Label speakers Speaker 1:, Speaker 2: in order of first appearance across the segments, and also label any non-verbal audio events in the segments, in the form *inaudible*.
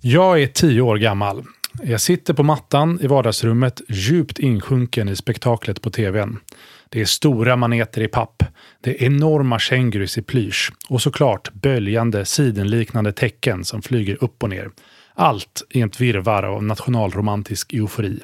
Speaker 1: Jag är tio år gammal. Jag sitter på mattan i vardagsrummet djupt insjunken i spektaklet på tvn. Det är stora maneter i papp, det är enorma kängurus i plysch och såklart böljande sidenliknande tecken som flyger upp och ner. Allt i ett virrvarr av nationalromantisk eufori.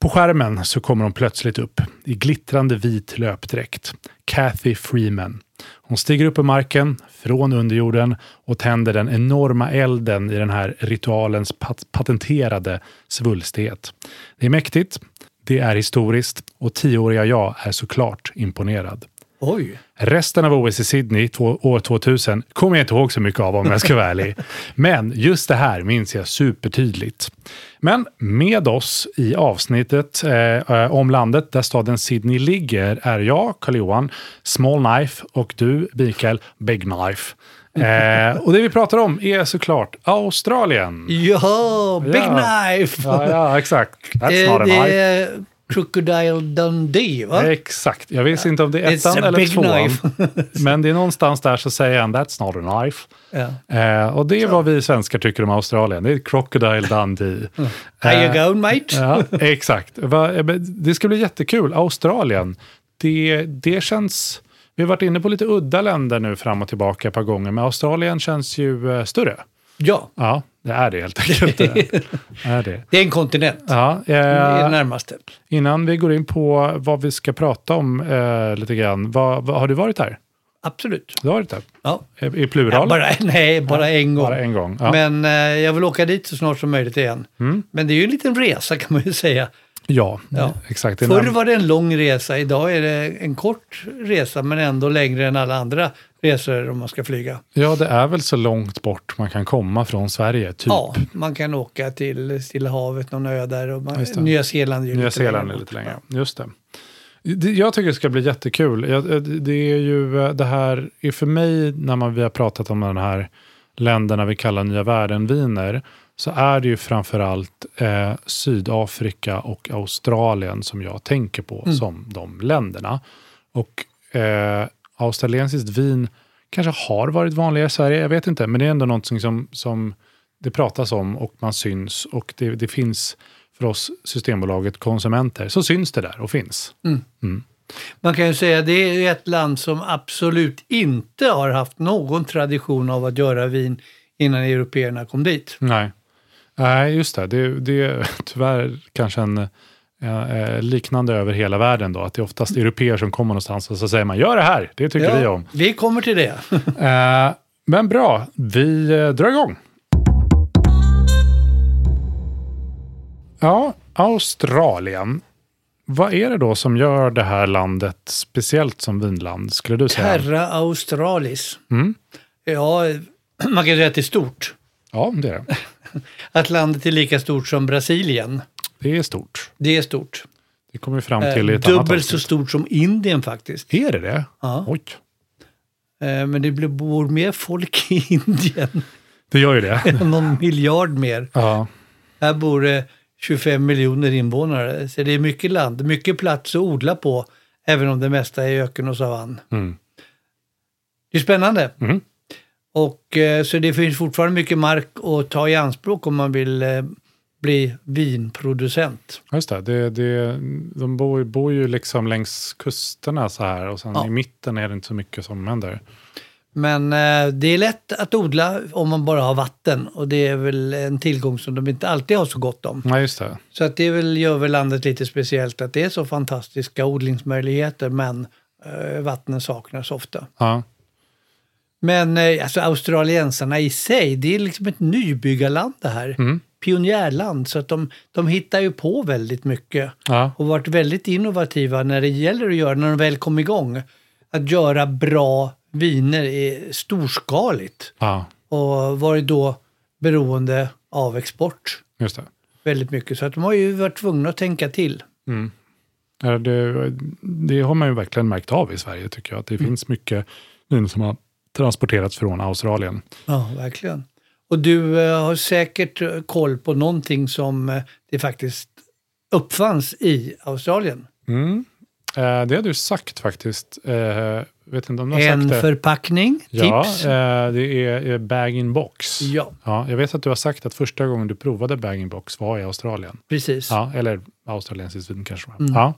Speaker 1: På skärmen så kommer hon plötsligt upp i glittrande vit löpdräkt. Kathy Freeman. Hon stiger upp ur marken, från underjorden och tänder den enorma elden i den här ritualens pat- patenterade svulstighet. Det är mäktigt, det är historiskt och tioåriga jag är såklart imponerad.
Speaker 2: Oj!
Speaker 1: Resten av OS i Sydney två, år 2000 kommer jag inte ihåg så mycket av om jag ska vara ärlig. Men just det här minns jag supertydligt. Men med oss i avsnittet eh, om landet där staden Sydney ligger är jag, Carl-Johan, Small Knife och du, Mikael, Big
Speaker 2: *laughs*
Speaker 1: Knife. Eh, och det vi pratar om är såklart Australien.
Speaker 2: Ja, Big
Speaker 1: Ja.
Speaker 2: Knife!
Speaker 1: Ja, ja exakt. That's
Speaker 2: Eh,
Speaker 1: not a
Speaker 2: det
Speaker 1: knife.
Speaker 2: är Crocodile Dundee, va?
Speaker 1: Exakt. Jag vet inte om det är
Speaker 2: It's
Speaker 1: ettan
Speaker 2: a
Speaker 1: eller
Speaker 2: big
Speaker 1: tvåan.
Speaker 2: knife.
Speaker 1: *laughs* Men det är någonstans där så säger han “That's not a knife”.
Speaker 2: Ja.
Speaker 1: Eh, och det är vad vi svenskar tycker om Australien. Det är Crocodile Dundee.
Speaker 2: *laughs* How
Speaker 1: Eh,
Speaker 2: you going, mate?
Speaker 1: ja, exakt. Va, eh, men det ska bli jättekul. Australien, det, det känns... Vi har varit inne på lite udda länder nu fram och tillbaka ett par gånger, men Australien känns ju eh, större.
Speaker 2: Ja, *laughs*
Speaker 1: Ja, det är det helt enkelt. det är det.
Speaker 2: det är en kontinent.
Speaker 1: Ja,
Speaker 2: I det
Speaker 1: eh,
Speaker 2: närmaste.
Speaker 1: innan vi går in på vad vi ska prata om eh, lite grann, vad, vad, har du varit här?
Speaker 2: Absolut.
Speaker 1: Du har varit här?
Speaker 2: Ja.
Speaker 1: I, i plural?
Speaker 2: Ja, bara, nej, bara en gång.
Speaker 1: Bara en gång. Ja. Mm.
Speaker 2: Men eh, jag vill åka dit så snart som möjligt igen. Men det är ju en liten resa kan man ju säga.
Speaker 1: Ja,
Speaker 2: Ja.
Speaker 1: exakt.
Speaker 2: Förr
Speaker 1: Innan-
Speaker 2: var det en lång resa, idag är det en kort resa men ändå längre än alla andra resor om man ska flyga.
Speaker 1: Ja, det är väl så långt bort man kan komma från Sverige, typ.
Speaker 2: Ja, man kan åka till Stilla havet, någon ö där. Och man,
Speaker 1: Just det.
Speaker 2: Nya Zeeland är ju
Speaker 1: Nya
Speaker 2: lite
Speaker 1: Zeeland
Speaker 2: längre
Speaker 1: är
Speaker 2: bort.
Speaker 1: lite längre. Just det. Det- Jag tycker det ska bli jättekul. Jag- det- Det är ju eh, det här, är för mig när man, vi har pratat om den här länderna vi kallar nya världen-viner, så är det ju framförallt eh, Sydafrika och Australien som jag tänker på som de länderna. Och eh, australiensiskt vin kanske har varit vanligare i Sverige, jag vet inte, men det är ändå någonting som, som det pratas om och man syns och det, det finns för oss Systembolaget konsumenter, så syns det där och finns.
Speaker 2: Man kan ju säga att det är ett land som absolut inte har haft någon tradition av att göra vin innan européerna kom dit.
Speaker 1: Nej. Nej, just det. Det, det är *laughs* tyvärr kanske en eh, eh, liknande över hela världen då, att det är oftast
Speaker 2: Mm.
Speaker 1: europeer som kommer någonstans och så säger man gör det här, det tycker vi om.
Speaker 2: vi kommer till det.
Speaker 1: Eh, men bra, vi eh, drar igång. Ja, Australien. Vad är det då som gör det här landet speciellt som vinland, skulle du säga?
Speaker 2: Terra Australis.
Speaker 1: Mm.
Speaker 2: Ja, man kan säga att det är stort.
Speaker 1: Ja, det är det.
Speaker 2: Att landet är lika stort som Brasilien.
Speaker 1: Det är stort.
Speaker 2: Det är stort.
Speaker 1: Det kommer vi fram
Speaker 2: Eh,
Speaker 1: till i ett annat
Speaker 2: Dubbelt så
Speaker 1: avsnitt.
Speaker 2: stort som Indien faktiskt.
Speaker 1: Är det det?
Speaker 2: Ja.
Speaker 1: Oj.
Speaker 2: Eh, Men det blir- bor mer folk i *laughs* Indien.
Speaker 1: Det gör ju det.
Speaker 2: *laughs* Någon miljard mer.
Speaker 1: Ja.
Speaker 2: Här bor det 25 miljoner invånare. Så det är mycket land, mycket plats att odla på. Även om det mesta är öken och savann.
Speaker 1: Mm.
Speaker 2: Det är spännande.
Speaker 1: Mm.
Speaker 2: Och, eh, så det finns fortfarande mycket mark att ta i anspråk om man vill eh, bli vinproducent.
Speaker 1: Ja, Just det. det, det de bor, bor ju liksom längs kusterna så här och sen
Speaker 2: Ja.
Speaker 1: i mitten är det inte så mycket som händer.
Speaker 2: Men eh, det är lätt att odla om man bara har vatten och det är väl en tillgång som de inte alltid har så gott om.
Speaker 1: Nej, just det.
Speaker 2: Så att det väl, gör väl landet lite speciellt att det är så fantastiska odlingsmöjligheter men eh, vattnen saknas ofta.
Speaker 1: Ja.
Speaker 2: Men eh, alltså australiensarna i sig, det är liksom ett nybyggarland det här. Pionjärland, så att de, de hittar ju på väldigt mycket.
Speaker 1: Ja.
Speaker 2: och varit väldigt innovativa när det gäller att göra, när de väl kom igång, att göra bra viner i storskaligt.
Speaker 1: ja,
Speaker 2: Och varit då beroende av export
Speaker 1: just det.
Speaker 2: väldigt mycket. Så att de har ju varit tvungna att tänka till.
Speaker 1: Ja, det. Det har man ju verkligen märkt av i Sverige tycker jag. Att det
Speaker 2: Mm.
Speaker 1: finns mycket vin som har transporterats från Australien.
Speaker 2: Ja, verkligen. Och du eh, har säkert eh, koll på någonting som eh, det faktiskt uppfanns i Australien.
Speaker 1: Mm. Eh, det har du sagt faktiskt. Eh, vet inte om du har
Speaker 2: En
Speaker 1: sagt det.
Speaker 2: förpackning,
Speaker 1: Ja,
Speaker 2: tips.
Speaker 1: eh, det är eh, bag-in-box.
Speaker 2: Ja,
Speaker 1: Ja, jag vet att du har sagt att första gången du provade bag-in-box var i Australien.
Speaker 2: precis.
Speaker 1: Ja, eller australiensiskt vin kanske. det var.
Speaker 2: Mm.
Speaker 1: Ja,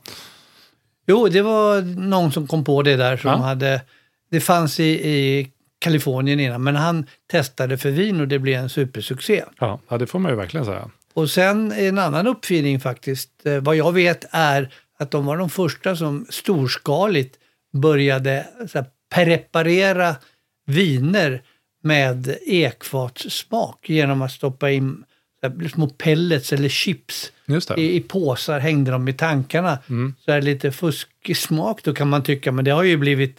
Speaker 2: Jo, det var någon som kom på det där som
Speaker 1: Ja.
Speaker 2: hade... Det fanns i, i Kalifornien innan, men han testade för vin och det blev en supersuccé.
Speaker 1: ja. ja, det får man ju verkligen säga.
Speaker 2: Och sen en annan uppfinning faktiskt, eh, vad jag vet är att de var de första som storskaligt började så här, preparera viner med ekfatssmak genom att stoppa in så här, små pellets eller chips
Speaker 1: Just det. Mm.
Speaker 2: i, i påsar hängde de i tankarna. Så här lite fuskig smak då kan man tycka, men det har ju blivit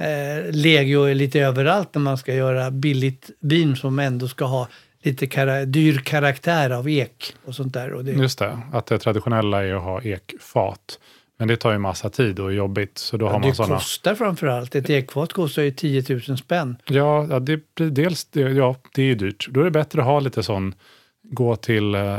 Speaker 2: eh, legio lite överallt när man ska göra billigt vin som ändå ska ha lite kara- dyr karaktär av ek och sånt där. Och det,
Speaker 1: Just det, att det traditionella är att ha ekfat. Men det tar ju massa tid och är jobbigt, så då har man
Speaker 2: det
Speaker 1: sådana.
Speaker 2: kostar framförallt. Ett ekfat kostar ju 10 000 spänn.
Speaker 1: Ja, ja, det blir dels, det, ja, det är ju dyrt. Då är det bättre att ha lite sån, gå till eh,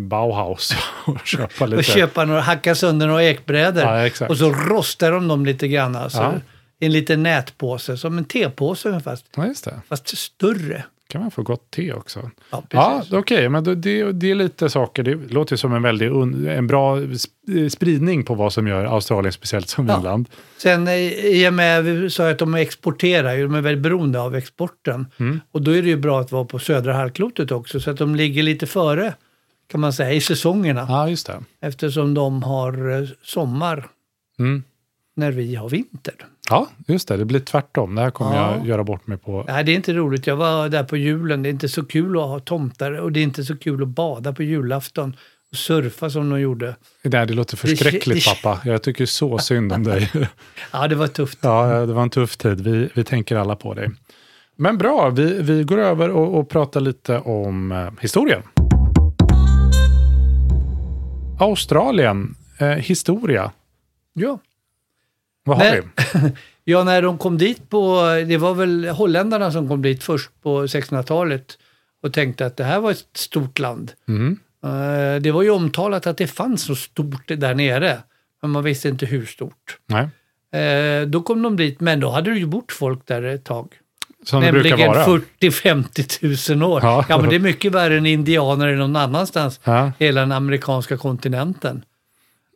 Speaker 1: Bauhaus *laughs* och
Speaker 2: *laughs*
Speaker 1: köpa lite.
Speaker 2: Och köpa några, hacka sönder några ekbrädor
Speaker 1: Ja, exakt.
Speaker 2: och så rostar de dem lite grann. Alltså,
Speaker 1: Ja.
Speaker 2: I en liten nätpåse, som en tepåse ungefär, fast,
Speaker 1: Ja, just det.
Speaker 2: fast större.
Speaker 1: kan man få gott te också.
Speaker 2: Ja,
Speaker 1: Ja,
Speaker 2: precis.
Speaker 1: okej, men då- det, det är lite saker. Det låter ju som en väldigt un, en bra sp- eh, spridning på vad som gör Australien speciellt som
Speaker 2: Ja.
Speaker 1: vinland.
Speaker 2: Sen eh, i och med vi sa att de exporterar, ju, de är väldigt beroende av exporten.
Speaker 1: Mm.
Speaker 2: Och då är det ju bra att vara på södra halvklotet också, så att de ligger lite före kan man säga, i säsongerna.
Speaker 1: Ja, just det.
Speaker 2: Eftersom de har eh, sommar
Speaker 1: Mm.
Speaker 2: när vi har vinter.
Speaker 1: Ja, just det. Det blir tvärtom. Det här kommer
Speaker 2: Ja.
Speaker 1: jag göra bort mig på.
Speaker 2: Nej, det är inte roligt. Jag var där på julen. Det är inte så kul att ha tomtar och det är inte så kul att bada på julafton och surfa som de gjorde.
Speaker 1: Nej, det låter förskräckligt,
Speaker 2: det-
Speaker 1: pappa. Jag tycker så synd om
Speaker 2: *laughs*
Speaker 1: dig.
Speaker 2: Ja, det var tufft.
Speaker 1: Ja, det var en tuff tid. Vi, vi tänker alla på dig. Men bra, vi, vi går över och, och pratar lite om eh, historien. Australien, eh, historia.
Speaker 2: Ja.
Speaker 1: Vad har
Speaker 2: Men-
Speaker 1: vi?
Speaker 2: Ja, när de kom dit på, det var väl holländarna som kom dit först på 1600-talet och tänkte att det här var ett stort land. Eh, Det var ju omtalat att det fanns så stort där nere, men man visste inte hur stort.
Speaker 1: Nej,
Speaker 2: Eh, Då kom de dit, men då hade det ju bott folk där ett tag.
Speaker 1: som det brukar
Speaker 2: Nämligen
Speaker 1: vara.
Speaker 2: 40-50 000 år.
Speaker 1: Ja.
Speaker 2: Ja. men det är mycket värre än indianer någon annanstans,
Speaker 1: Ja.
Speaker 2: hela den amerikanska kontinenten.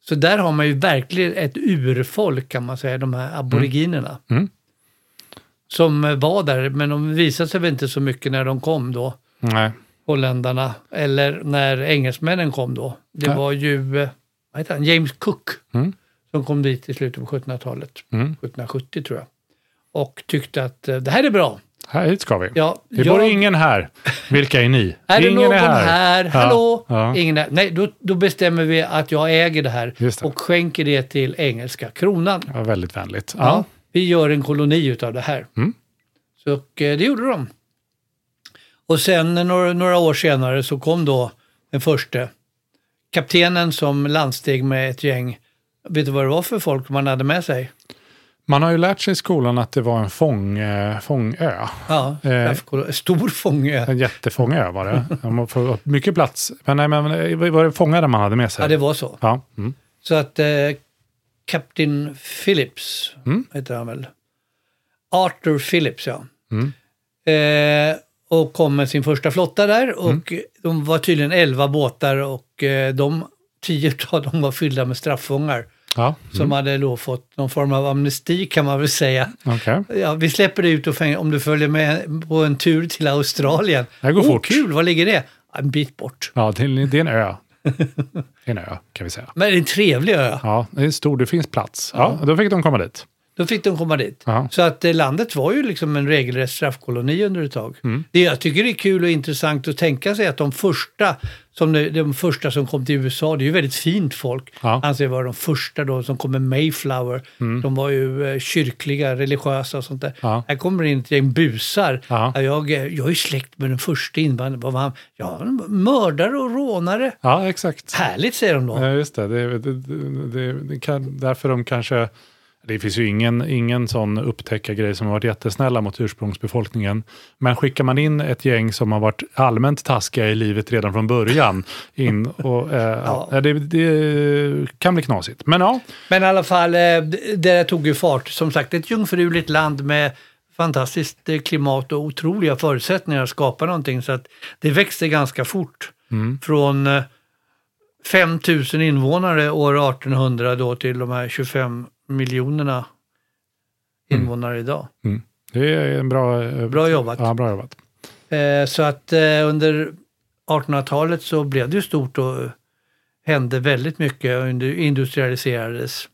Speaker 2: Så där har man ju verkligen ett urfolk kan man säga, de här aboriginerna.
Speaker 1: Mm.
Speaker 2: Som eh, var där, men de visade sig väl inte så mycket när de kom då,
Speaker 1: Nej.
Speaker 2: holländarna, eller när engelsmännen kom då. Det
Speaker 1: Ja.
Speaker 2: var ju, eh, vad heter han, James Cook
Speaker 1: Mm.
Speaker 2: som kom dit i slutet på 1700-talet,
Speaker 1: Mm.
Speaker 2: 1770 tror jag. Och tyckte att eh, det här är bra,
Speaker 1: Här, hit ska vi.
Speaker 2: Ja,
Speaker 1: det
Speaker 2: jag-
Speaker 1: bor ingen här. Vilka är ni?
Speaker 2: Är det
Speaker 1: ingen
Speaker 2: någon
Speaker 1: är
Speaker 2: här?
Speaker 1: Ja,
Speaker 2: Hallå?
Speaker 1: ja.
Speaker 2: Ingen är. Nej, då, då bestämmer vi att jag äger det här
Speaker 1: Just det.
Speaker 2: och skänker det till engelska kronan.
Speaker 1: Ja, väldigt vänligt. Ja.
Speaker 2: Ja, vi gör en koloni utav det här.
Speaker 1: Mm.
Speaker 2: Så och, eh, det gjorde de. Och sen eh, några, några år senare så kom då den första kaptenen som landsteg med ett gäng. Vet du vad det var för folk man hade med sig?
Speaker 1: Man har ju lärt sig i skolan att det var en fång, eh, fångö.
Speaker 2: Ja,
Speaker 1: Eh.
Speaker 2: straffkolo- stor fånge.
Speaker 1: En jättefångö var
Speaker 2: *laughs*
Speaker 1: det. Man får upp mycket plats. Men, nej, men eh, var det fångare man hade med sig?
Speaker 2: Ja, det var så.
Speaker 1: Ja, mm.
Speaker 2: Så att eh, Captain Phillips
Speaker 1: Mm.
Speaker 2: heter han väl. Arthur Phillips, ja.
Speaker 1: Mm.
Speaker 2: Eh, och kom med sin första flotta där och
Speaker 1: Mm.
Speaker 2: de var tydligen 11 båtar och eh, de, 10 av dem *laughs* var fyllda med straffångar
Speaker 1: ja.
Speaker 2: som hade då fått någon form av amnesti kan man väl säga.
Speaker 1: okej.
Speaker 2: Ja, vi släpper dig ut och fäng- om du följer med på en tur till Australien.
Speaker 1: Det här går
Speaker 2: oh,
Speaker 1: fort.
Speaker 2: Kul, var ligger det? Ja, En bit bort.
Speaker 1: Ja, det är det är en
Speaker 2: *laughs*
Speaker 1: ö. Det är en ö, kan vi säga.
Speaker 2: Men det är en trevlig ö.
Speaker 1: Ja, det är stor. Det finns plats. Ja, då fick de komma dit.
Speaker 2: Då fick de komma dit.
Speaker 1: Ja.
Speaker 2: Så att eh, landet var ju liksom en regelrätt straffkoloni under ett tag.
Speaker 1: Mm.
Speaker 2: Det, jag tycker det är kul och intressant att tänka sig att de första som, de, de första som kom till USA, det är ju väldigt fint folk,
Speaker 1: Ja. Mm.
Speaker 2: anser vara de första då som kom med Mayflower. De var ju eh, kyrkliga, religiösa och sånt där.
Speaker 1: Ja.
Speaker 2: Här kommer det in ett gäng busar.
Speaker 1: Ja.
Speaker 2: Jag, eh, jag är släkt med den första invandraren. Vad var han? Ja, han var mördare och rånare.
Speaker 1: Ja, exakt.
Speaker 2: Härligt säger de då.
Speaker 1: Ja, just det. Det, det, det, det kan, därför de kanske... Det finns ju ingen, ingen sån upptäckargrej som har varit jättesnälla mot ursprungsbefolkningen. Men skickar man in ett gäng som har varit allmänt taskiga i livet redan från början in och... Eh, ja. det, det kan bli knasigt. Men ja,
Speaker 2: Men i alla fall, eh, det där tog ju fart. Som sagt, ett jungfruligt land med fantastiskt eh, klimat och otroliga förutsättningar att skapa någonting. Så att det växte ganska fort. Från eh, 5 000 invånare år 1800 då till de här 25 miljonerna invånare idag.
Speaker 1: det är en bra... eh,
Speaker 2: Bra jobbat.
Speaker 1: Ja, bra jobbat.
Speaker 2: Eh, Så att eh, under 1800-talet så blev det ju stort och hände väldigt mycket och indu- industrialiserades.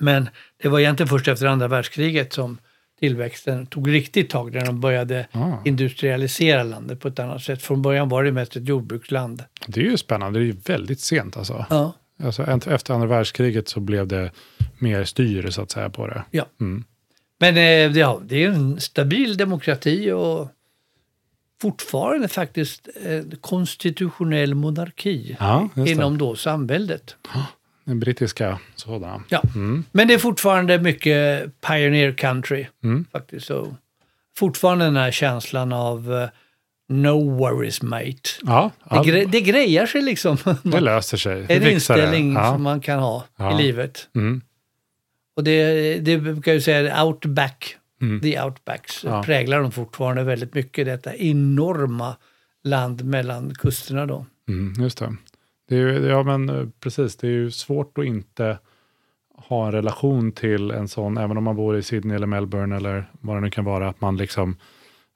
Speaker 2: Men det var egentligen först efter andra världskriget som tillväxten tog riktigt tag när de började
Speaker 1: Ah.
Speaker 2: industrialisera landet på ett annat sätt. Från början var det mest ett jordbruksland.
Speaker 1: Det är ju spännande. Det är ju väldigt sent alltså.
Speaker 2: Ja.
Speaker 1: alltså. en- Efter andra världskriget så blev det mer styr så att säga på det.
Speaker 2: ja. Men eh, det- ja, det är en stabil demokrati och fortfarande faktiskt en konstitutionell monarki
Speaker 1: Ja, just det.
Speaker 2: inom då samväldet.
Speaker 1: Den brittiska sådana.
Speaker 2: Ja.
Speaker 1: Mm.
Speaker 2: Men det är fortfarande mycket pioneer country
Speaker 1: Mm.
Speaker 2: faktiskt. Så fortfarande den här känslan av eh, no worries mate.
Speaker 1: Ja,
Speaker 2: Det,
Speaker 1: ja.
Speaker 2: gre- det grejar sig liksom.
Speaker 1: Det löser sig. Det
Speaker 2: *laughs*
Speaker 1: fixar
Speaker 2: en
Speaker 1: det.
Speaker 2: inställning
Speaker 1: Ja.
Speaker 2: som man kan ha
Speaker 1: Ja.
Speaker 2: i livet.
Speaker 1: Mm.
Speaker 2: Och det, det brukar ju säga outback, the outbacks,
Speaker 1: Mm. Ja.
Speaker 2: präglar de fortfarande väldigt mycket. Detta enorma land mellan kusterna då.
Speaker 1: Mm, just det. det är ju, ja, men eh, precis. Det är ju svårt att inte ha en relation till en sån, även om man bor i Sydney eller Melbourne eller vad det nu kan vara, att man liksom,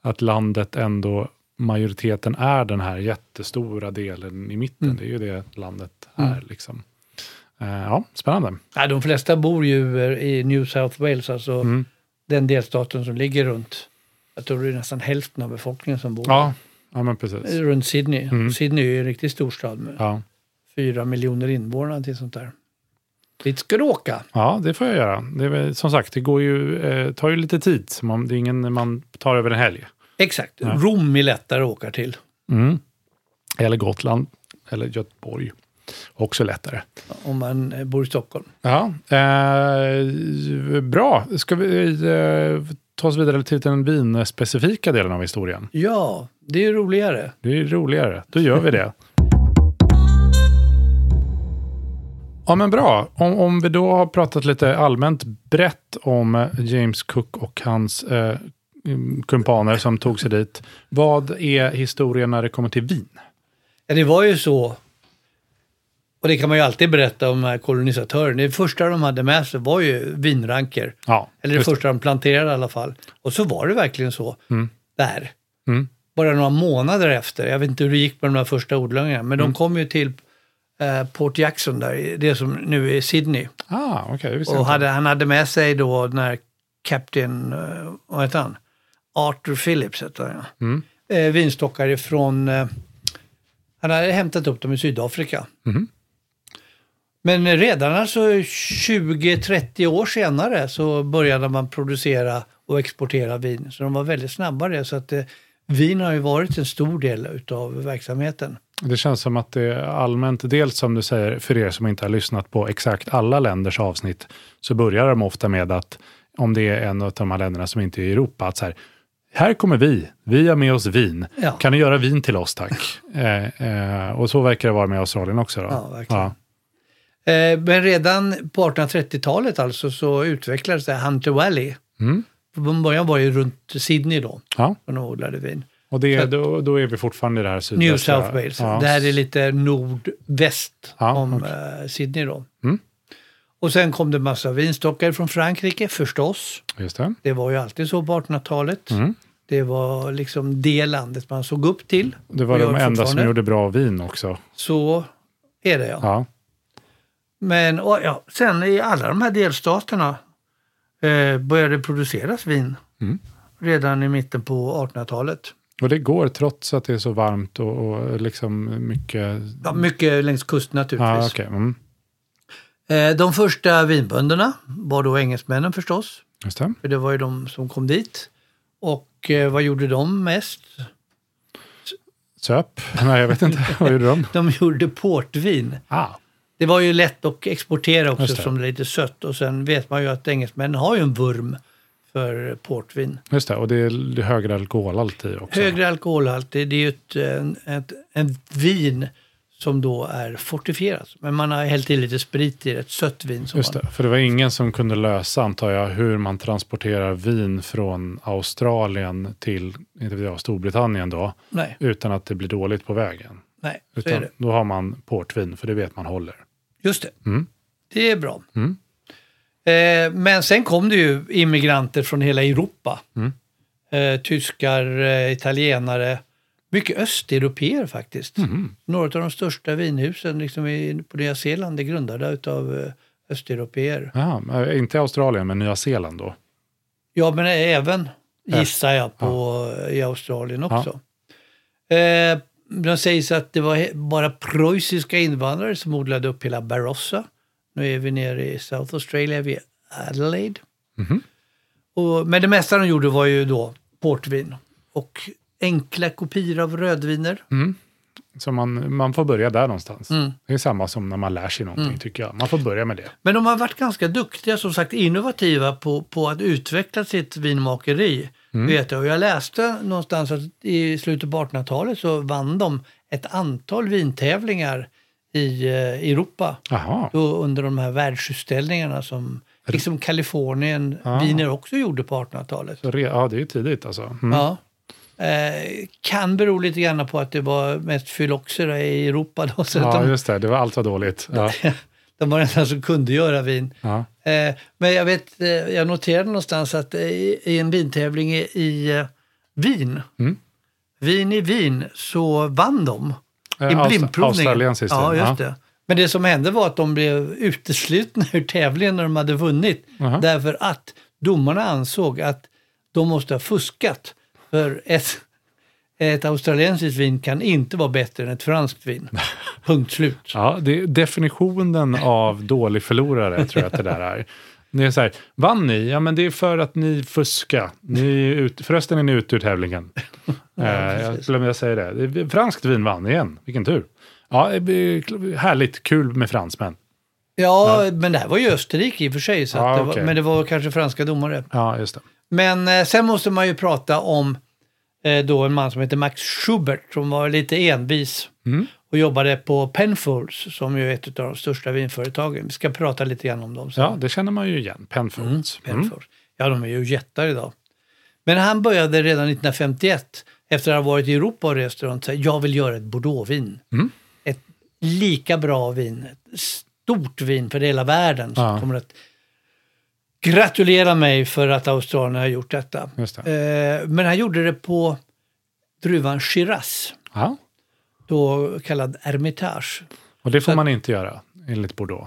Speaker 1: att landet ändå, majoriteten är den här jättestora delen i mitten.
Speaker 2: Mm.
Speaker 1: Det är ju det landet är liksom. Eh, ja, spännande.
Speaker 2: Ja, de flesta bor ju eh, i New South Wales, alltså den delstaten som ligger runt, jag tror det är nästan hälften av befolkningen som bor
Speaker 1: Ja, ja men precis.
Speaker 2: runt Sydney. Sydney är ju en riktig storstad med
Speaker 1: Ja.
Speaker 2: fyra miljoner invånare till sånt där. Dit ska du åka.
Speaker 1: Ja, det får jag göra. Det är, väl- som sagt, det går ju, eh, tar ju lite tid. Så man, det är ingen man tar över en helg.
Speaker 2: Exakt, Rom är lättare att åka till.
Speaker 1: Eller Gotland, eller Göteborg. Också lättare.
Speaker 2: om man eh, bor i Stockholm.
Speaker 1: Ja, eh, bra. Ska vi eh, ta oss vidare till den vinspecifika delen av historien?
Speaker 2: Ja, det är ju roligare.
Speaker 1: Det är roligare. Då gör vi det. *laughs* Ja, men bra. Om, om vi då har pratat lite allmänt brett om eh, James Cook och hans eh, kumpaner som tog sig dit. Vad är historien när det kommer till vin?
Speaker 2: Ja, det var ju så, och det kan man ju alltid berätta om de här kolonisatörerna. Det första de hade med sig var ju vinranker.
Speaker 1: Ja,
Speaker 2: Eller det
Speaker 1: just det.
Speaker 2: första de planterade i alla fall. Och så var det verkligen så där.
Speaker 1: Mm.
Speaker 2: Bara några månader efter, jag vet inte hur det gick med de där första odlingarna,
Speaker 1: Mm.
Speaker 2: men de kom ju till eh, Port Jackson där, i det som nu är Sydney.
Speaker 1: Ah, okej. Okay,
Speaker 2: Och hade, han hade med sig då den här Captain, eh, vad heter han? Arthur Phillips heter han. ja. Eh, vinstockar ifrån... Eh, han hade hämtat upp dem i Sydafrika. Men redan alltså 20-30 år senare så började man producera och exportera vin. Så de var väldigt snabba det. Så att, eh, vin har ju varit en stor del utav verksamheten.
Speaker 1: Det känns som att det är allmänt, dels som du säger, för er som inte har lyssnat på exakt alla länders avsnitt, så börjar de ofta med att, om det är en av de här länderna som inte är i Europa, att så här, här kommer vi, vi har med oss vin.
Speaker 2: Ja.
Speaker 1: Kan ni göra vin till oss
Speaker 2: *laughs*
Speaker 1: tack? eh, eh, och så verkar det vara med Australien också. Då.
Speaker 2: Ja, verkligen. Eh, Men redan på 1830-talet alltså så utvecklades det Hunter Valley.
Speaker 1: Mm.
Speaker 2: Från början var det ju runt Sydney då,
Speaker 1: Ja.
Speaker 2: som de odlade vin.
Speaker 1: Och det,
Speaker 2: Så-
Speaker 1: då, då är vi fortfarande i det här
Speaker 2: New
Speaker 1: sydvästra.
Speaker 2: South Wales.
Speaker 1: Ja.
Speaker 2: Det här är lite nordväst
Speaker 1: Ja,
Speaker 2: om eh, Sydney då.
Speaker 1: Mm.
Speaker 2: Och sen kom det massa vinstockar från Frankrike förstås.
Speaker 1: Just det.
Speaker 2: Det var ju alltid så på 1800-talet.
Speaker 1: Mm.
Speaker 2: Det var liksom det landet man såg upp till.
Speaker 1: Det var
Speaker 2: och gör
Speaker 1: de enda som
Speaker 2: fortfarande.
Speaker 1: gjorde bra vin också.
Speaker 2: Så är det ja.
Speaker 1: Ja.
Speaker 2: Men och, ja, sen i alla de här delstaterna eh, började produceras vin
Speaker 1: Mm.
Speaker 2: redan i mitten på 1800-talet.
Speaker 1: Och det går trots att det är så varmt och, och liksom mycket...
Speaker 2: Ja, mycket längs kusten
Speaker 1: Ja,
Speaker 2: naturligtvis.
Speaker 1: okej. mm.
Speaker 2: eh, de första vinbönderna var då engelsmännen förstås,
Speaker 1: Just det.
Speaker 2: för det var ju de som kom dit. Och eh, vad gjorde de mest?
Speaker 1: Söp? *laughs* Nej, jag vet inte. Vad gjorde de?
Speaker 2: De *laughs* gjorde portvin.
Speaker 1: Ah,
Speaker 2: Det var ju lätt att exportera också
Speaker 1: Just det.
Speaker 2: som det är lite sött och sen vet man ju att engelsmännen har ju en vurm för portvin.
Speaker 1: just det. Och det är högre alkoholhalt i också.
Speaker 2: Högre alkoholhalt, det det är ju ett, en, ett, en vin som då är fortifierat. Men man har hällt i lite sprit i det, ett sött vin. Som
Speaker 1: Just det.
Speaker 2: man,
Speaker 1: För det var ingen som kunde lösa, antar jag, hur man transporterar vin från Australien till inte vet jag, Storbritannien då,
Speaker 2: nej,
Speaker 1: utan att det blir dåligt på vägen.
Speaker 2: nej, så är
Speaker 1: Utan
Speaker 2: det.
Speaker 1: då har man portvin, för det vet man håller.
Speaker 2: Just det.
Speaker 1: Mm.
Speaker 2: Det är bra.
Speaker 1: Mm.
Speaker 2: Eh, men sen kom det ju immigranter från hela Europa.
Speaker 1: Mm.
Speaker 2: Eh, tyskar, eh, italienare, mycket östeuropeer faktiskt.
Speaker 1: Mm.
Speaker 2: Några av de största vinhusen liksom i, på Nya Zeeland är grundade av eh, östeuropeer.
Speaker 1: Jaha, eh, inte Australien, men Nya Zeeland då.
Speaker 2: Ja, men även gissar jag på eh, i Australien också. Eh, det sägs att det var he- bara preussiska invandrare som odlade upp hela Barossa. Nu är vi nere i South Australia, vid Adelaide. Och, men det mesta de gjorde var ju då portvin och enkla kopior av rödviner.
Speaker 1: Så man, man får börja där någonstans.
Speaker 2: Mm.
Speaker 1: Det är samma som när man lär sig någonting, tycker jag. Man får börja med det.
Speaker 2: Men de har varit ganska duktiga, som sagt innovativa på, på att utveckla sitt vinmakeri. Vet jag. Och jag läste någonstans att i slutet på 1800-talet så vann de ett antal vintävlingar i eh, Europa.
Speaker 1: Jaha,
Speaker 2: Då under de här världsutställningarna som liksom Kalifornien viner också gjorde på 1800-talet.
Speaker 1: så re, ja, det är ju tidigt alltså. Mm.
Speaker 2: Ja. Eh, kan bero lite grann på att det var mest fyloxera i Europa då. Så att
Speaker 1: Ja,
Speaker 2: de,
Speaker 1: just det. Det var allt var dåligt. Ja.
Speaker 2: *laughs*
Speaker 1: Eh,
Speaker 2: de var den enda som kunde göra vin.
Speaker 1: Ja.
Speaker 2: Eh, men jag vet, eh, jag noterade någonstans att eh, i, i en vintävling i, i eh, Wien,
Speaker 1: Mm.
Speaker 2: Vin i Wien, så vann de.
Speaker 1: Eh,
Speaker 2: I
Speaker 1: Austra-
Speaker 2: blindprovningen.
Speaker 1: australiensiskt,
Speaker 2: Ja,
Speaker 1: ja.
Speaker 2: just det. Men det som hände var att de blev uteslutna ur tävlingen när de hade vunnit.
Speaker 1: Aha.
Speaker 2: Därför att domarna ansåg att de måste ha fuskat. För ett, ett australiensiskt vin kan inte vara bättre än ett
Speaker 1: *laughs*
Speaker 2: franskt vin. Punkt slut.
Speaker 1: Ja, det är definitionen av dålig förlorare tror jag att det där är. Det är så här, vann ni? Ja, men det är för att ni fuska. Ni är ut, förresten är ni ute ur
Speaker 2: *laughs*
Speaker 1: tävlingen. Eh, jag glömde jag säga det. Det är- Franskt vin vann igen. Vilken tur. Ja, det blir härligt. Kul med fransmän.
Speaker 2: Ja, men det här var ju Österrike i och för sig, så
Speaker 1: Ja,
Speaker 2: att det
Speaker 1: okej.
Speaker 2: var, men det var kanske franska domare.
Speaker 1: Ja, just det.
Speaker 2: Men eh, sen måste man ju prata om eh, då en man som heter Max Schubert som var lite envis och jobbade på Penfolds som ju är ett av de största vinföretagen. Vi ska prata lite grann om dem sen.
Speaker 1: Ja, det känner man ju igen. Penfolds. Mm.
Speaker 2: Penfolds. Ja, de är ju jättar idag. Men han började redan 1951 efter att ha varit i Europa och rest runt. säga, Jag vill göra ett Bordeauxvin.
Speaker 1: Mm.
Speaker 2: Ett lika bra vin. Ett stort vin för hela världen som
Speaker 1: Ja.
Speaker 2: kommer att gratulera mig för att Australien har gjort detta.
Speaker 1: Just det.
Speaker 2: Eh, Men han gjorde det på druvan Shiraz,
Speaker 1: Ja,
Speaker 2: då kallad Hermitage.
Speaker 1: och det får man inte göra enligt Bordeaux.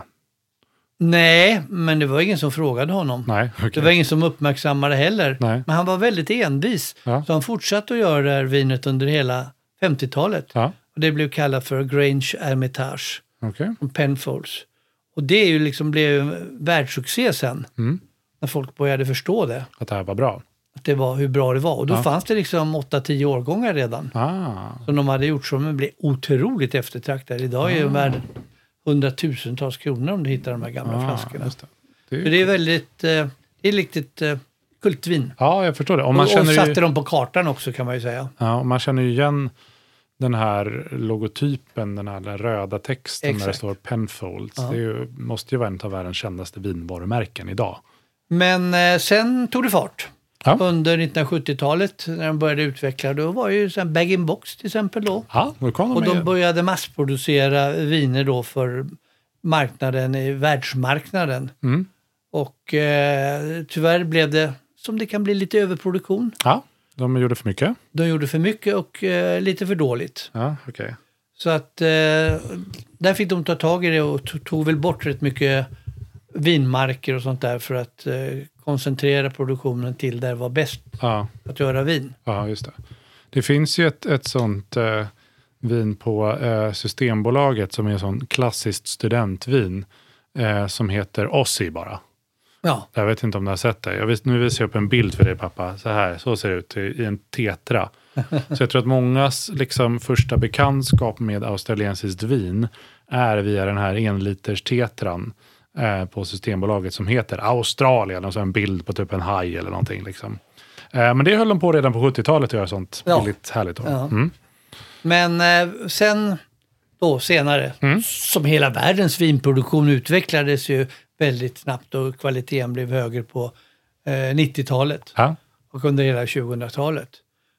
Speaker 2: Nej, men det var ingen som frågade honom.
Speaker 1: Nej, okej.
Speaker 2: Det var ingen som uppmärksammade heller.
Speaker 1: Nej.
Speaker 2: Men han var väldigt envis.
Speaker 1: Ja.
Speaker 2: Så han fortsatte att göra det här vinet under hela 50-talet.
Speaker 1: Ja,
Speaker 2: Och det blev kallat för Grange Hermitage
Speaker 1: okej.
Speaker 2: från Penfolds. Och det är ju liksom, blev ju en världssuccé sen.
Speaker 1: Mm.
Speaker 2: När folk började förstå det.
Speaker 1: Att det här var bra.
Speaker 2: Att det var hur bra det var. Och då
Speaker 1: Ja.
Speaker 2: fanns det liksom 8-10 årgångar redan.
Speaker 1: Ah,
Speaker 2: Som de hade gjort som blev otroligt eftertraktade. Idag
Speaker 1: Ah.
Speaker 2: är de värda hundratusentals kronor om du hittar de här gamla
Speaker 1: ah,
Speaker 2: flaskorna.
Speaker 1: just det. Det är
Speaker 2: För
Speaker 1: ju-
Speaker 2: det är väldigt, eh, det är riktigt eh, kultvin.
Speaker 1: Ja, jag förstår det. Om man,
Speaker 2: och, och
Speaker 1: känner
Speaker 2: satte
Speaker 1: ju,
Speaker 2: dem på kartan också kan man ju säga.
Speaker 1: ja, om man känner ju igen den här logotypen, den här den röda texten där det
Speaker 2: Exakt.
Speaker 1: står Penfolds.
Speaker 2: Ja.
Speaker 1: Det är ju, måste ju vara en av världens kändaste vinvarumärken idag.
Speaker 2: Men eh, sen tog det fart.
Speaker 1: Ja.
Speaker 2: Under 1970-talet när de började utveckla, då var ju så här bag-in-box till exempel då.
Speaker 1: Ja, nu kom de
Speaker 2: Och
Speaker 1: med.
Speaker 2: de började massproducera viner då för marknaden, i världsmarknaden.
Speaker 1: Mm.
Speaker 2: Och eh, tyvärr blev det, som det kan bli, lite överproduktion.
Speaker 1: Ja, de gjorde för mycket.
Speaker 2: De gjorde för mycket och eh, lite för dåligt.
Speaker 1: Ja, okej.
Speaker 2: Så att eh, där fick de ta tag i det och to- tog väl bort rätt mycket vinmarker och sånt där för att eh, koncentrera produktionen till där det var bäst
Speaker 1: Ja,
Speaker 2: att göra vin.
Speaker 1: ja, just det. Det finns ju ett, ett sånt eh, vin på eh, Systembolaget som är en sån klassiskt studentvin eh, som heter Ossi bara.
Speaker 2: Ja,
Speaker 1: Jag vet inte om du har sett det. Jag vis, nu visar jag upp en bild för dig pappa. Så här, så ser det ut i i en
Speaker 2: *laughs*
Speaker 1: tetra. Så jag tror att mångas liksom, första bekantskap med australiensiskt vin är via den här enliters tetran eh, på Systembolaget som heter Australien och så en bild på typ en haj eller någonting. Liksom. Eh, men det höll de på redan på 70-talet att göra sånt
Speaker 2: Ja.
Speaker 1: billigt härligt. då.
Speaker 2: Ja.
Speaker 1: Mm.
Speaker 2: men eh, sen då senare, som hela världens vinproduktion utvecklades ju väldigt snabbt och kvaliteten blev högre på eh, 90-talet
Speaker 1: Ja.
Speaker 2: och under hela 2000-talet.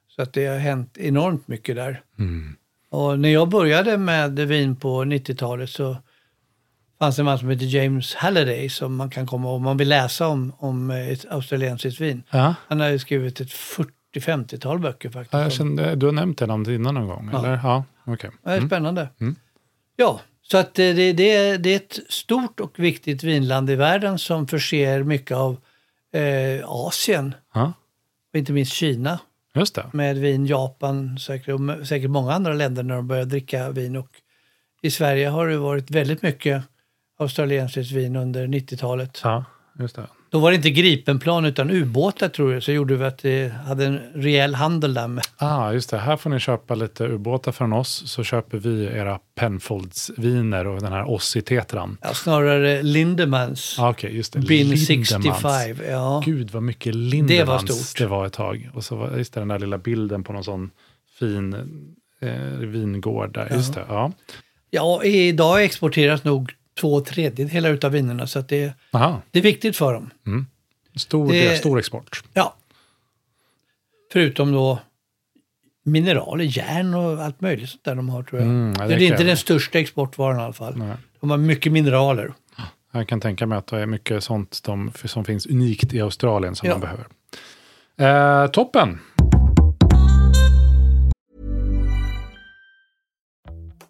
Speaker 2: Så att det har hänt enormt mycket där.
Speaker 1: Mm.
Speaker 2: Och när jag började med vin på 90-talet så fanns det en man som hette James Halliday som man kan komma ihåg om man vill läsa om, om eh, ett australiensiskt vin.
Speaker 1: Ja.
Speaker 2: Han har ju skrivit ett 40-50-tal böcker faktiskt.
Speaker 1: Ja,
Speaker 2: om-
Speaker 1: jag kände, du har nämnt det namnet innan någon gång?
Speaker 2: Ja.
Speaker 1: Eller? Ja, okej. Mm.
Speaker 2: Ja, det är spännande. Ja, så att eh, det, det, det är ett stort och viktigt vinland i världen som förser mycket av eh, Asien,
Speaker 1: ja.
Speaker 2: och inte minst Kina,
Speaker 1: Just det.
Speaker 2: med vin, Japan säkert, och säkert många andra länder när de börjar dricka vin. Och I Sverige har det varit väldigt mycket australiensiskt vin under 90-talet.
Speaker 1: Ja, just det.
Speaker 2: Då var det inte Gripenplan utan ubåtar tror jag, så gjorde vi att det hade en rejäl handel där med.
Speaker 1: Ah, just det. Här får ni köpa lite ubåtar från oss så köper vi era Penfolds-viner och den här Ossi-tetran.
Speaker 2: Ja, snarare Lindemans.
Speaker 1: Ah, Okej, just det.
Speaker 2: Bin
Speaker 1: Lindemans.
Speaker 2: 65, ja.
Speaker 1: Gud vad mycket Lindemans det var,
Speaker 2: stort.
Speaker 1: ett tag. Och så var just det, den där lilla bilden på någon sån fin eh, vingård där. Just det, ja.
Speaker 2: Ja, idag exporteras nog två tredjedelar utav vinerna, så att det,
Speaker 1: Aha.
Speaker 2: det är viktigt för dem.
Speaker 1: Stor,
Speaker 2: Det-
Speaker 1: del- stor export.
Speaker 2: Ja. Förutom då mineraler, järn och allt möjligt sånt där de har tror jag.
Speaker 1: Mm, ja,
Speaker 2: det,
Speaker 1: det
Speaker 2: är
Speaker 1: kan
Speaker 2: inte
Speaker 1: jag-
Speaker 2: den största exportvaran i alla fall.
Speaker 1: Nej.
Speaker 2: De har mycket mineraler.
Speaker 1: Jag kan tänka mig att det är mycket sånt de, som finns unikt i Australien som
Speaker 2: Ja.
Speaker 1: man behöver. Eh, toppen!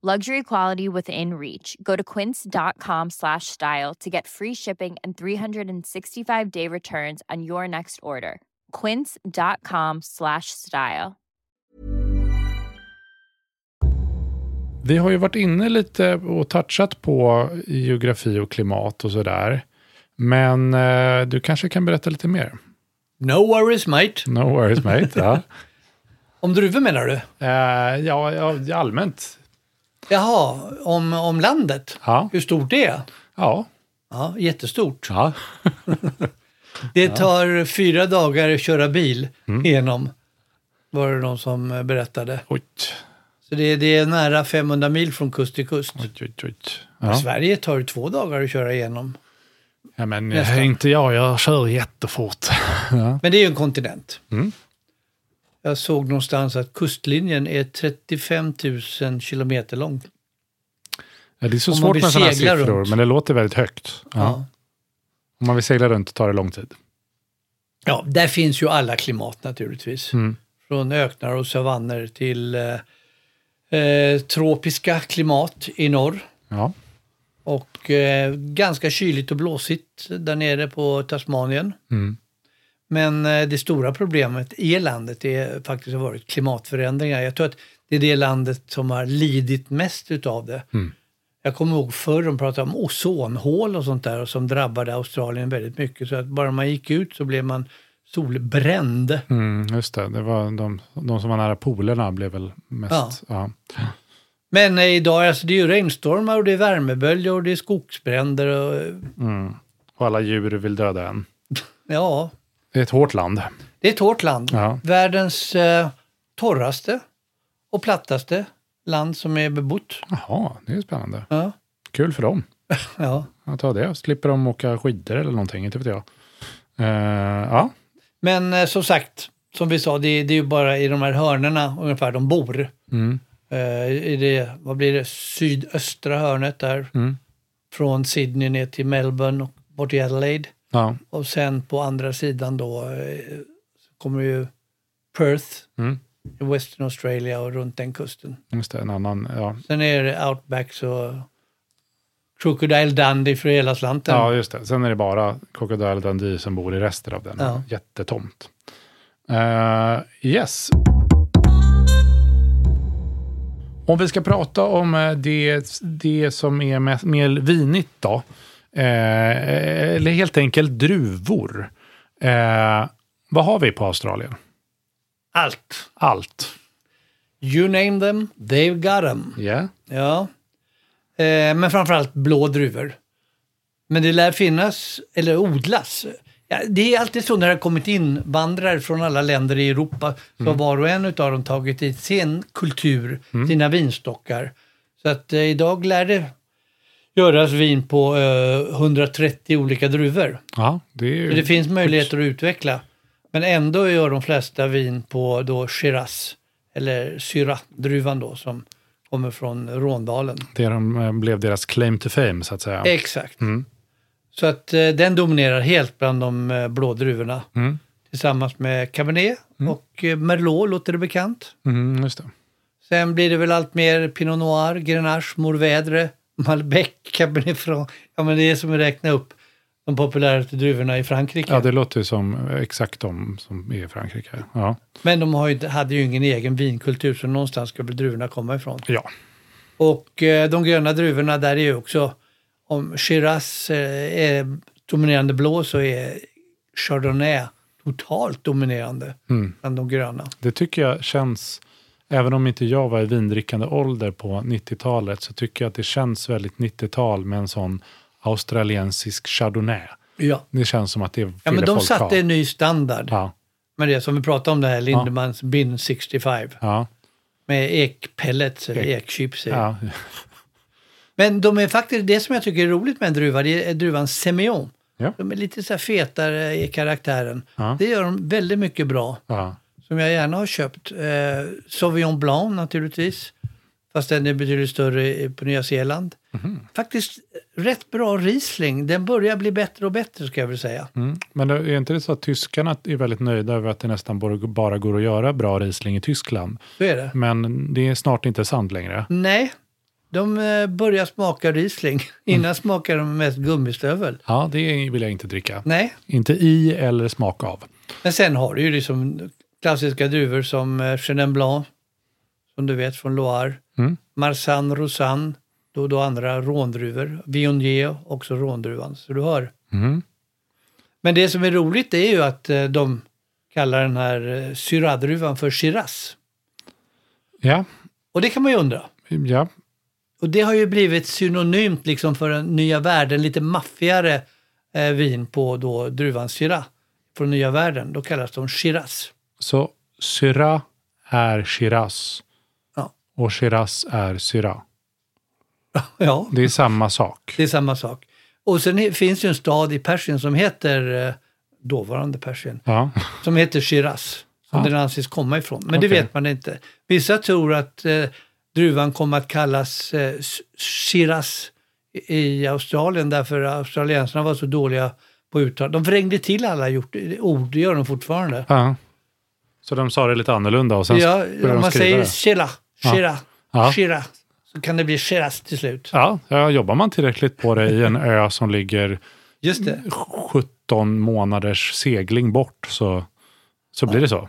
Speaker 3: Luxury quality within reach. Go to quince.com slash style to get free shipping and 365 day returns on your next order. Quince.com slash style.
Speaker 1: Vi har ju varit inne lite och touchat på geografi och klimat och sådär. Men eh, du kanske kan berätta lite mer?
Speaker 2: No worries mate.
Speaker 1: No worries mate. Ja,
Speaker 2: Om druvor menar du?
Speaker 1: *laughs* eh, ja, ja allmänt.
Speaker 2: Jaha, om, om landet?
Speaker 1: Ja.
Speaker 2: Hur stort det är?
Speaker 1: Ja.
Speaker 2: Ja, jättestort.
Speaker 1: ja.
Speaker 2: Det tar fyra dagar att köra bil
Speaker 1: Mm.
Speaker 2: genom, var det någon som eh, berättade.
Speaker 1: Oj,
Speaker 2: Så det, det är nära 500 mil från kust till kust.
Speaker 1: oj, oj. oj. Ja.
Speaker 2: Sverige tar det två dagar att köra igenom.
Speaker 1: Ja, men eh,
Speaker 2: Nästa.
Speaker 1: inte jag, jag kör jättefort. Ja.
Speaker 2: Men det är ju en kontinent.
Speaker 1: Mm.
Speaker 2: Jag såg någonstans att kustlinjen är 35 000 kilometer lång.
Speaker 1: *laughs* Ja, det är så
Speaker 2: Om man
Speaker 1: svårt
Speaker 2: vill
Speaker 1: med sådana här
Speaker 2: segla
Speaker 1: siffror,
Speaker 2: runt.
Speaker 1: men det låter väldigt högt. Ja.
Speaker 2: Ja.
Speaker 1: Om man vill segla runt tar det lång tid.
Speaker 2: Ja, där finns ju alla klimat naturligtvis.
Speaker 1: Mm.
Speaker 2: Från öknar och savanner till eh, eh, tropiska klimat i norr.
Speaker 1: Ja.
Speaker 2: Och eh, ganska kyligt och blåsigt där nere på Tasmanien.
Speaker 1: Mm.
Speaker 2: Men eh, det stora problemet i landet är faktiskt har varit klimatförändringar. Jag tror att det är det landet som har lidit mest utav det. Jag kommer ihåg förr de pratade om ozonhål och sånt där och som drabbade Australien väldigt mycket. Så att bara man gick ut så blev man solbränd.
Speaker 1: Mm, just det, det var de, de som var nära polerna blev väl mest... Ja.
Speaker 2: Men eh, idag, alltså, det är ju regnstormar och det är värmeböljor och det är skogsbränder och eh,
Speaker 1: Mm. Och alla djur vill döda en.
Speaker 2: ja,
Speaker 1: Det är ett hårt land.
Speaker 2: det är ett hårt land.
Speaker 1: Ja.
Speaker 2: Världens eh, torraste och plattaste land som är bebott.
Speaker 1: Jaha, det är ju spännande.
Speaker 2: Ja,
Speaker 1: Kul för dem.
Speaker 2: ja.
Speaker 1: Jag tar det. Slipper de åka skidor eller någonting, inte vet jag. Eh, ja.
Speaker 2: Men eh, som sagt, som vi sa, det, det är ju bara i de här hörnerna ungefär de bor.
Speaker 1: Mm.
Speaker 2: Eh, I det, vad blir det, sydöstra hörnet där.
Speaker 1: Mm.
Speaker 2: Från Sydney ner till Melbourne och bort till Adelaide.
Speaker 1: Ja.
Speaker 2: Och sen på andra sidan då eh, så kommer ju Perth,
Speaker 1: Mm.
Speaker 2: i Western Australia och runt den kusten.
Speaker 1: Just det, en annan... Ja,
Speaker 2: Sen är det outbacks och Crocodile Dundee för hela slanten.
Speaker 1: ja just det. Sen är det bara Crocodile Dundee som bor i resten av den.
Speaker 2: Ja.
Speaker 1: Jättetomt. Eh, yes. Om vi ska prata om eh, det, det som är mest, mer vinigt då. Eh, eller helt enkelt druvor. Eh, vad har vi på Australien?
Speaker 2: Allt.
Speaker 1: Allt.
Speaker 2: You name them, they've got them.
Speaker 1: Yeah.
Speaker 2: Ja. Eh, men framförallt blå druvor. Men det lär finnas, eller odlas. Ja, det är alltid så när det har kommit invandrare från alla länder i Europa, så har var och en av dem tagit hit sin kultur, sina vinstockar. Så att eh, idag lär det göras vin på eh, 130 olika druvor.
Speaker 1: Ja, det är ju...
Speaker 2: Så det finns möjligheter att utveckla. Men ändå gör de flesta vin på då Shiraz, eller Syrah-druvan då, som kommer från Råndalen.
Speaker 1: det de, eh, blev deras claim to fame, så att säga.
Speaker 2: Exakt.
Speaker 1: Mm.
Speaker 2: Så att eh, den dominerar helt bland de eh, blå druvorna.
Speaker 1: Mm.
Speaker 2: Tillsammans med Cabernet och eh, Merlot låter det bekant.
Speaker 1: Mm, just det.
Speaker 2: Sen blir det väl allt mer Pinot Noir, *laughs* Grenache, Mourvèdre, Malbec, Cabernet Franc. Ja, men det är som att räkna upp. de populäraste druvorna i Frankrike.
Speaker 1: Ja, det låter ju som exakt de som är i Frankrike. Ja.
Speaker 2: Men de har ju, inte- hade ju ingen egen vinkultur, så någonstans skulle druvorna komma ifrån.
Speaker 1: ja.
Speaker 2: Och eh, de gröna druvorna där är ju också, om Shiraz eh, är dominerande blå så är Chardonnay totalt dominerande
Speaker 1: Mm.
Speaker 2: bland de gröna.
Speaker 1: Det tycker jag känns, även om inte jag var i vindrickande ålder på 90-talet, så tycker jag att det känns väldigt 90-tal med en sån australiensisk chardonnay.
Speaker 2: Ja.
Speaker 1: Det känns som att det fyller
Speaker 2: Ja, men de
Speaker 1: folk
Speaker 2: satte
Speaker 1: av.
Speaker 2: en ny standard
Speaker 1: Ja,
Speaker 2: med det som vi pratade om, det här Lindemans Bin 65
Speaker 1: ja,
Speaker 2: med ekpellets eller
Speaker 1: Ek.
Speaker 2: ekchips.
Speaker 1: ja.
Speaker 2: Men de är faktiskt, det som jag tycker är roligt med en druva, det är druvan Semillon.
Speaker 1: Ja.
Speaker 2: De är lite så här fetare i karaktären.
Speaker 1: Ja.
Speaker 2: Det gör de väldigt mycket bra.
Speaker 1: ja.
Speaker 2: som jag gärna har köpt. Eh, Sauvignon Blanc naturligtvis, fast den är betydligt större i- på Nya Zeeland.
Speaker 1: Mhm.
Speaker 2: Faktiskt rätt bra Riesling. Den börjar bli bättre och bättre ska jag väl säga.
Speaker 1: Mm. Men det- är inte det så att tyskarna är väldigt nöjda över att det nästan bara- bara går att göra bra Riesling i Tyskland?
Speaker 2: Så är det.
Speaker 1: Men det är snart inte sant längre.
Speaker 2: Nej, de eh, börjar smaka Riesling. *laughs* Innan
Speaker 1: Mm.
Speaker 2: smakade de mest gummistövel.
Speaker 1: Ja, det vill jag inte dricka.
Speaker 2: Nej,
Speaker 1: Inte i eller smak av.
Speaker 2: men sen har du ju liksom klassiska druvor som eh, Chenin Blanc, som du vet från Loire.
Speaker 1: Mm.
Speaker 2: Marsanne, Rosanne, då och då andra råndruvor. Viognier, också råndruvan. Så du hör.
Speaker 1: Mm.
Speaker 2: Men det som är roligt det är ju att eh, de kallar den här eh, syradruvan för Shiraz.
Speaker 1: Ja,
Speaker 2: Och det kan man ju undra.
Speaker 1: ja.
Speaker 2: Och det har ju blivit synonymt liksom för den nya världen, lite maffigare eh, vin på då druvan Syrah från nya världen. Då kallas de Shiraz.
Speaker 1: Så Syrah är Shiraz
Speaker 2: Ja.
Speaker 1: och Shiraz är Syrah.
Speaker 2: ja,
Speaker 1: Det är samma sak.
Speaker 2: det är samma sak. Och sen är- finns ju en stad i Persien som heter, eh, dåvarande Persien,
Speaker 1: Ja,
Speaker 2: som heter Shiraz, som
Speaker 1: Ja.
Speaker 2: den anses komma ifrån. Men det
Speaker 1: Okej.
Speaker 2: vet man inte. Vissa tror att eh, druvan kommer att kallas eh, S- Shiraz i- i Australien därför att australiensarna var så dåliga på uttal. De vrängde till alla gjort, ord, det gör de fortfarande.
Speaker 1: ja. Så de sa det lite annorlunda och sen
Speaker 2: ja,
Speaker 1: började
Speaker 2: om
Speaker 1: de skriva
Speaker 2: man säger
Speaker 1: det.
Speaker 2: Shira,
Speaker 1: Ja.
Speaker 2: Shira,
Speaker 1: Ja.
Speaker 2: Shira, så kan det bli Shiraz till slut.
Speaker 1: Ja, ja, jobbar man tillräckligt på det i en ö som ligger
Speaker 2: Just det.
Speaker 1: 17 månaders segling bort så, så blir det så.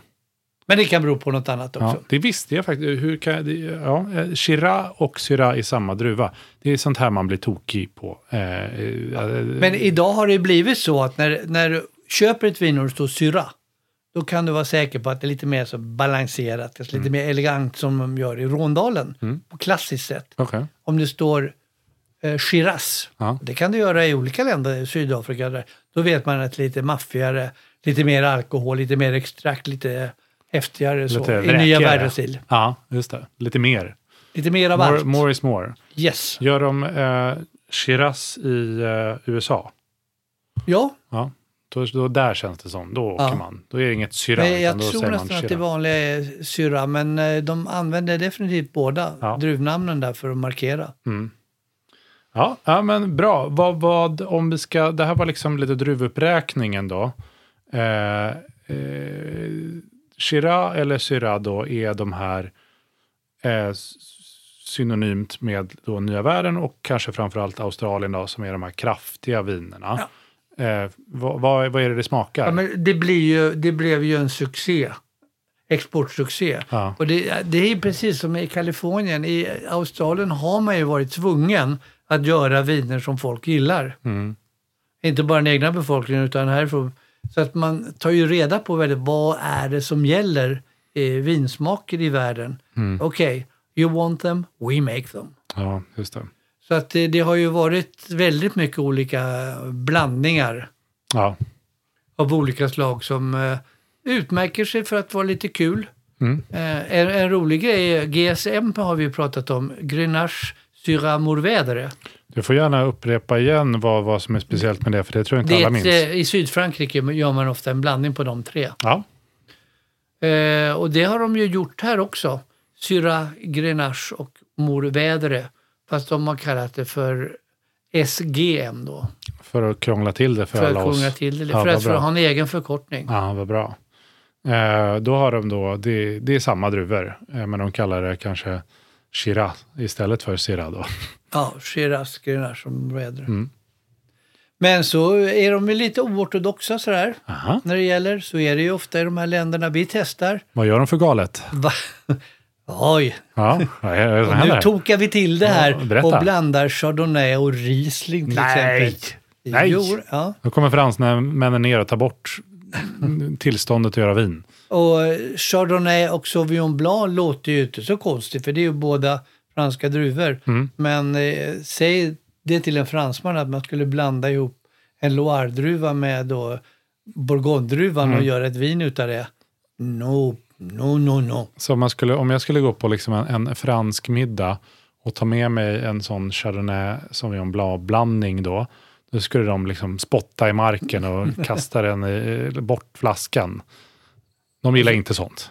Speaker 2: Men det kan bero på något annat också.
Speaker 1: Ja, det visste jag faktiskt. Hur kan, jag- det- ja, eh, Shiraz och Syrah i samma druva. Det är sånt här man blir tokig på. Eh, eh, eh,
Speaker 2: Men idag har det blivit så att när, när du köper ett vin och det står syra, då kan du vara säker på att det är lite mer så balanserat, alltså
Speaker 1: Mm.
Speaker 2: lite mer elegant som de gör i Råndalen, på klassiskt sätt.
Speaker 1: Okej.
Speaker 2: Om det står eh, Shiraz,
Speaker 1: Ja.
Speaker 2: det kan du göra i olika länder, i Sydafrika, där, då vet man att lite maffigare, lite mer alkohol, lite mer extrakt, lite häftigare så,
Speaker 1: Lite
Speaker 2: i nya
Speaker 1: vräkigare.
Speaker 2: världsstil.
Speaker 1: Ja, just det. Lite mer.
Speaker 2: Lite mer av
Speaker 1: More,
Speaker 2: allt.
Speaker 1: more is more.
Speaker 2: Yes.
Speaker 1: Gör de eh, Shiraz i eh, USA,
Speaker 2: Ja,
Speaker 1: ja, då, då där känns det som. Då åker
Speaker 2: Ja.
Speaker 1: man. Då är det inget Syrah,
Speaker 2: Men
Speaker 1: utan
Speaker 2: jag
Speaker 1: då
Speaker 2: tror
Speaker 1: säger man
Speaker 2: nästan att det
Speaker 1: Shiraz.
Speaker 2: vanliga är syra, men eh, de använder definitivt båda
Speaker 1: Ja.
Speaker 2: druvnamnen där för att markera.
Speaker 1: Ja, ja, men bra. Vad, vad, om vi ska, det här var liksom lite druvuppräkningen då. Eh, eh, Shiraz eller Syrah då är de här eh, s- synonymt med då nya världen och kanske framförallt Australien då, som är de här kraftiga vinerna. Eh, vad, vad, vad är det det smakar?
Speaker 2: Ja, men det, blir ju, det blev ju en succé, exportsuccé.
Speaker 1: Ja.
Speaker 2: Och det, det är ju precis som i Kalifornien, i Australien har man ju varit tvungen att göra viner som folk gillar.
Speaker 1: Mm.
Speaker 2: Inte bara den egna befolkningen utan härifrån. Så att man tar ju reda på väldigt, vad är det som gäller eh, vinsmaker i världen.
Speaker 1: Mm.
Speaker 2: Okej, you want them, we make them.
Speaker 1: Ja, just det.
Speaker 2: Så att det, det har ju varit väldigt mycket olika blandningar
Speaker 1: Ja,
Speaker 2: av olika slag som eh, utmärker sig för att vara lite kul.
Speaker 1: Mm.
Speaker 2: Eh, en, en rolig grej, är- GSM har vi ju pratat om, Grenache Syrah Mourvèdre.
Speaker 1: du får gärna upprepa igen vad, vad som är speciellt med det, för det tror jag inte
Speaker 2: Det är
Speaker 1: alla
Speaker 2: ett,
Speaker 1: minns.
Speaker 2: eh, I Sydfrankrike gör man ofta en blandning på de tre.
Speaker 1: Ja,
Speaker 2: Eh, och det har de ju gjort här också. Syrah Grenache och Mourvèdre. Fast de har kallat det för SGM då.
Speaker 1: för att krångla till det för,
Speaker 2: För
Speaker 1: alla
Speaker 2: att
Speaker 1: oss.
Speaker 2: sjunga till det.
Speaker 1: Ja,
Speaker 2: för
Speaker 1: vad
Speaker 2: att för
Speaker 1: bra.
Speaker 2: att ha en egen förkortning.
Speaker 1: Ja, vad bra. Eh, då har de då, det, det är samma druvor, eh, men de kallar det kanske Shiraz istället för Syrah då. *laughs* Mm.
Speaker 2: Ja, Shiraz Grenache som väder. Men så är de ju lite oortodoxa sådär.
Speaker 1: Aha.
Speaker 2: När det gäller, så är det ju ofta i de här länderna vi testar.
Speaker 1: Vad gör de för galet?
Speaker 2: Va? *laughs* Oj,
Speaker 1: Ja, vad är det som
Speaker 2: nu
Speaker 1: händer?
Speaker 2: tokar vi till det här
Speaker 1: Ja, berätta.
Speaker 2: och blandar chardonnay och riesling till
Speaker 1: Nej.
Speaker 2: exempel.
Speaker 1: Nej.
Speaker 2: Jo, ja.
Speaker 1: Då kommer fransmännen ner och tar bort tillståndet att göra vin.
Speaker 2: Och eh, Chardonnay och Sauvignon Blanc låter ju inte så konstigt, för det är ju båda franska druvor.
Speaker 1: Mm.
Speaker 2: Men eh, säg det till en fransman att man skulle blanda ihop en Loire-druva med då Bourgogne-druvan
Speaker 1: Mm.
Speaker 2: och göra ett vin utav det. No, no, no, no.
Speaker 1: Så om, man skulle, om jag skulle gå på liksom en, en fransk middag och ta med mig en sån Chardonnay Sauvignon Blanc-blandning då, då skulle de liksom spotta i marken och kasta den i, bort flaskan. De gillar inte sånt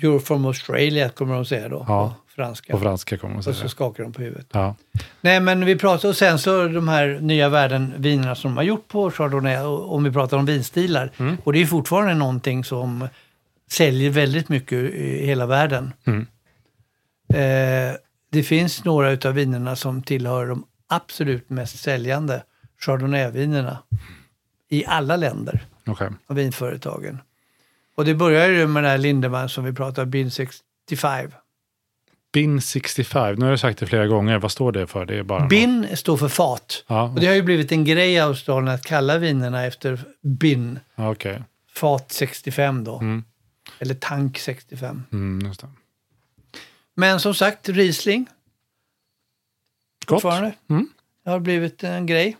Speaker 2: You're from Australia, kommer de säga då,
Speaker 1: Ja.
Speaker 2: på franska.
Speaker 1: på franska kommer man
Speaker 2: och så
Speaker 1: säga.
Speaker 2: skakar de på huvudet.
Speaker 1: Ja.
Speaker 2: Nej, men vi pratar, och sen så de här nya värdenvinerna som de har gjort på Chardonnay, och- om vi pratar om vinstilar. Och det är ju fortfarande någonting som säljer väldigt mycket i hela världen.
Speaker 1: Mm.
Speaker 2: Eh, det finns några utav vinerna som tillhör de absolut mest säljande Chardonnay-vinerna i alla länder
Speaker 1: Okej.
Speaker 2: av vinföretagen. Och det börjar ju med den här Lindemann som vi pratar om, Bin 65.
Speaker 1: Bin 65, nu har jag sagt det flera gånger, vad står det för? Det är bara
Speaker 2: Bin står för fat.
Speaker 1: Ja.
Speaker 2: Och det har ju blivit en grej i Australien att kalla vinerna efter bin,
Speaker 1: något- Okej,
Speaker 2: fat 65 då.
Speaker 1: Mm.
Speaker 2: Eller tank 65.
Speaker 1: mm, just det.
Speaker 2: Men som sagt, Riesling
Speaker 1: Gott.
Speaker 2: fortfarande.
Speaker 1: Mm.
Speaker 2: Det har blivit en grej.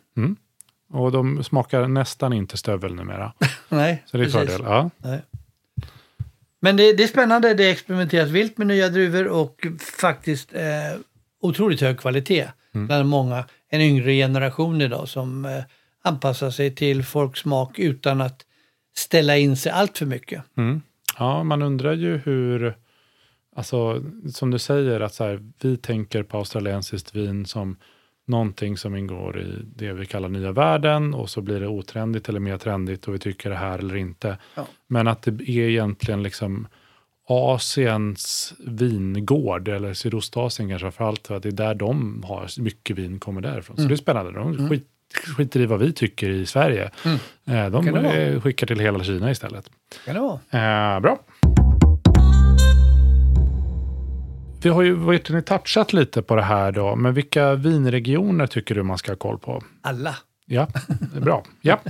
Speaker 1: Och de smakar nästan inte stövel numera.
Speaker 2: Nej,
Speaker 1: Så det är
Speaker 2: precis.
Speaker 1: fördel. Ja.
Speaker 2: Nej. Men det, det är spännande, det experimenteras vilt med nya druvor och faktiskt eh, otroligt hög kvalitet bland många, en yngre generation idag som eh, anpassar sig till folks smak utan att ställa in sig allt för mycket.
Speaker 1: Mm. Ja, man undrar ju hur, alltså som du säger, att så här, vi tänker på australiensiskt vin som någonting som ingår i det vi kallar nya världen och så blir det otrendigt eller mer trendigt och vi tycker det här eller inte.
Speaker 2: Ja.
Speaker 1: Men att det är egentligen liksom Asiens vingård, eller Sydostasien kanske framförallt, för att det är där de har mycket vin kommer därifrån.
Speaker 2: Mm.
Speaker 1: Så det är spännande. De skit, skiter i vad vi tycker i Sverige. Eh, De
Speaker 2: Mm. Kan det vara.
Speaker 1: eh, skickar till hela Kina istället.
Speaker 2: Kan det vara?
Speaker 1: Eh, bra. Vi har ju varit inne och touchat lite på det här då, men vilka vinregioner tycker du man ska ha koll på?
Speaker 2: Alla.
Speaker 1: Ja, det är bra.
Speaker 2: *laughs*
Speaker 1: Ja.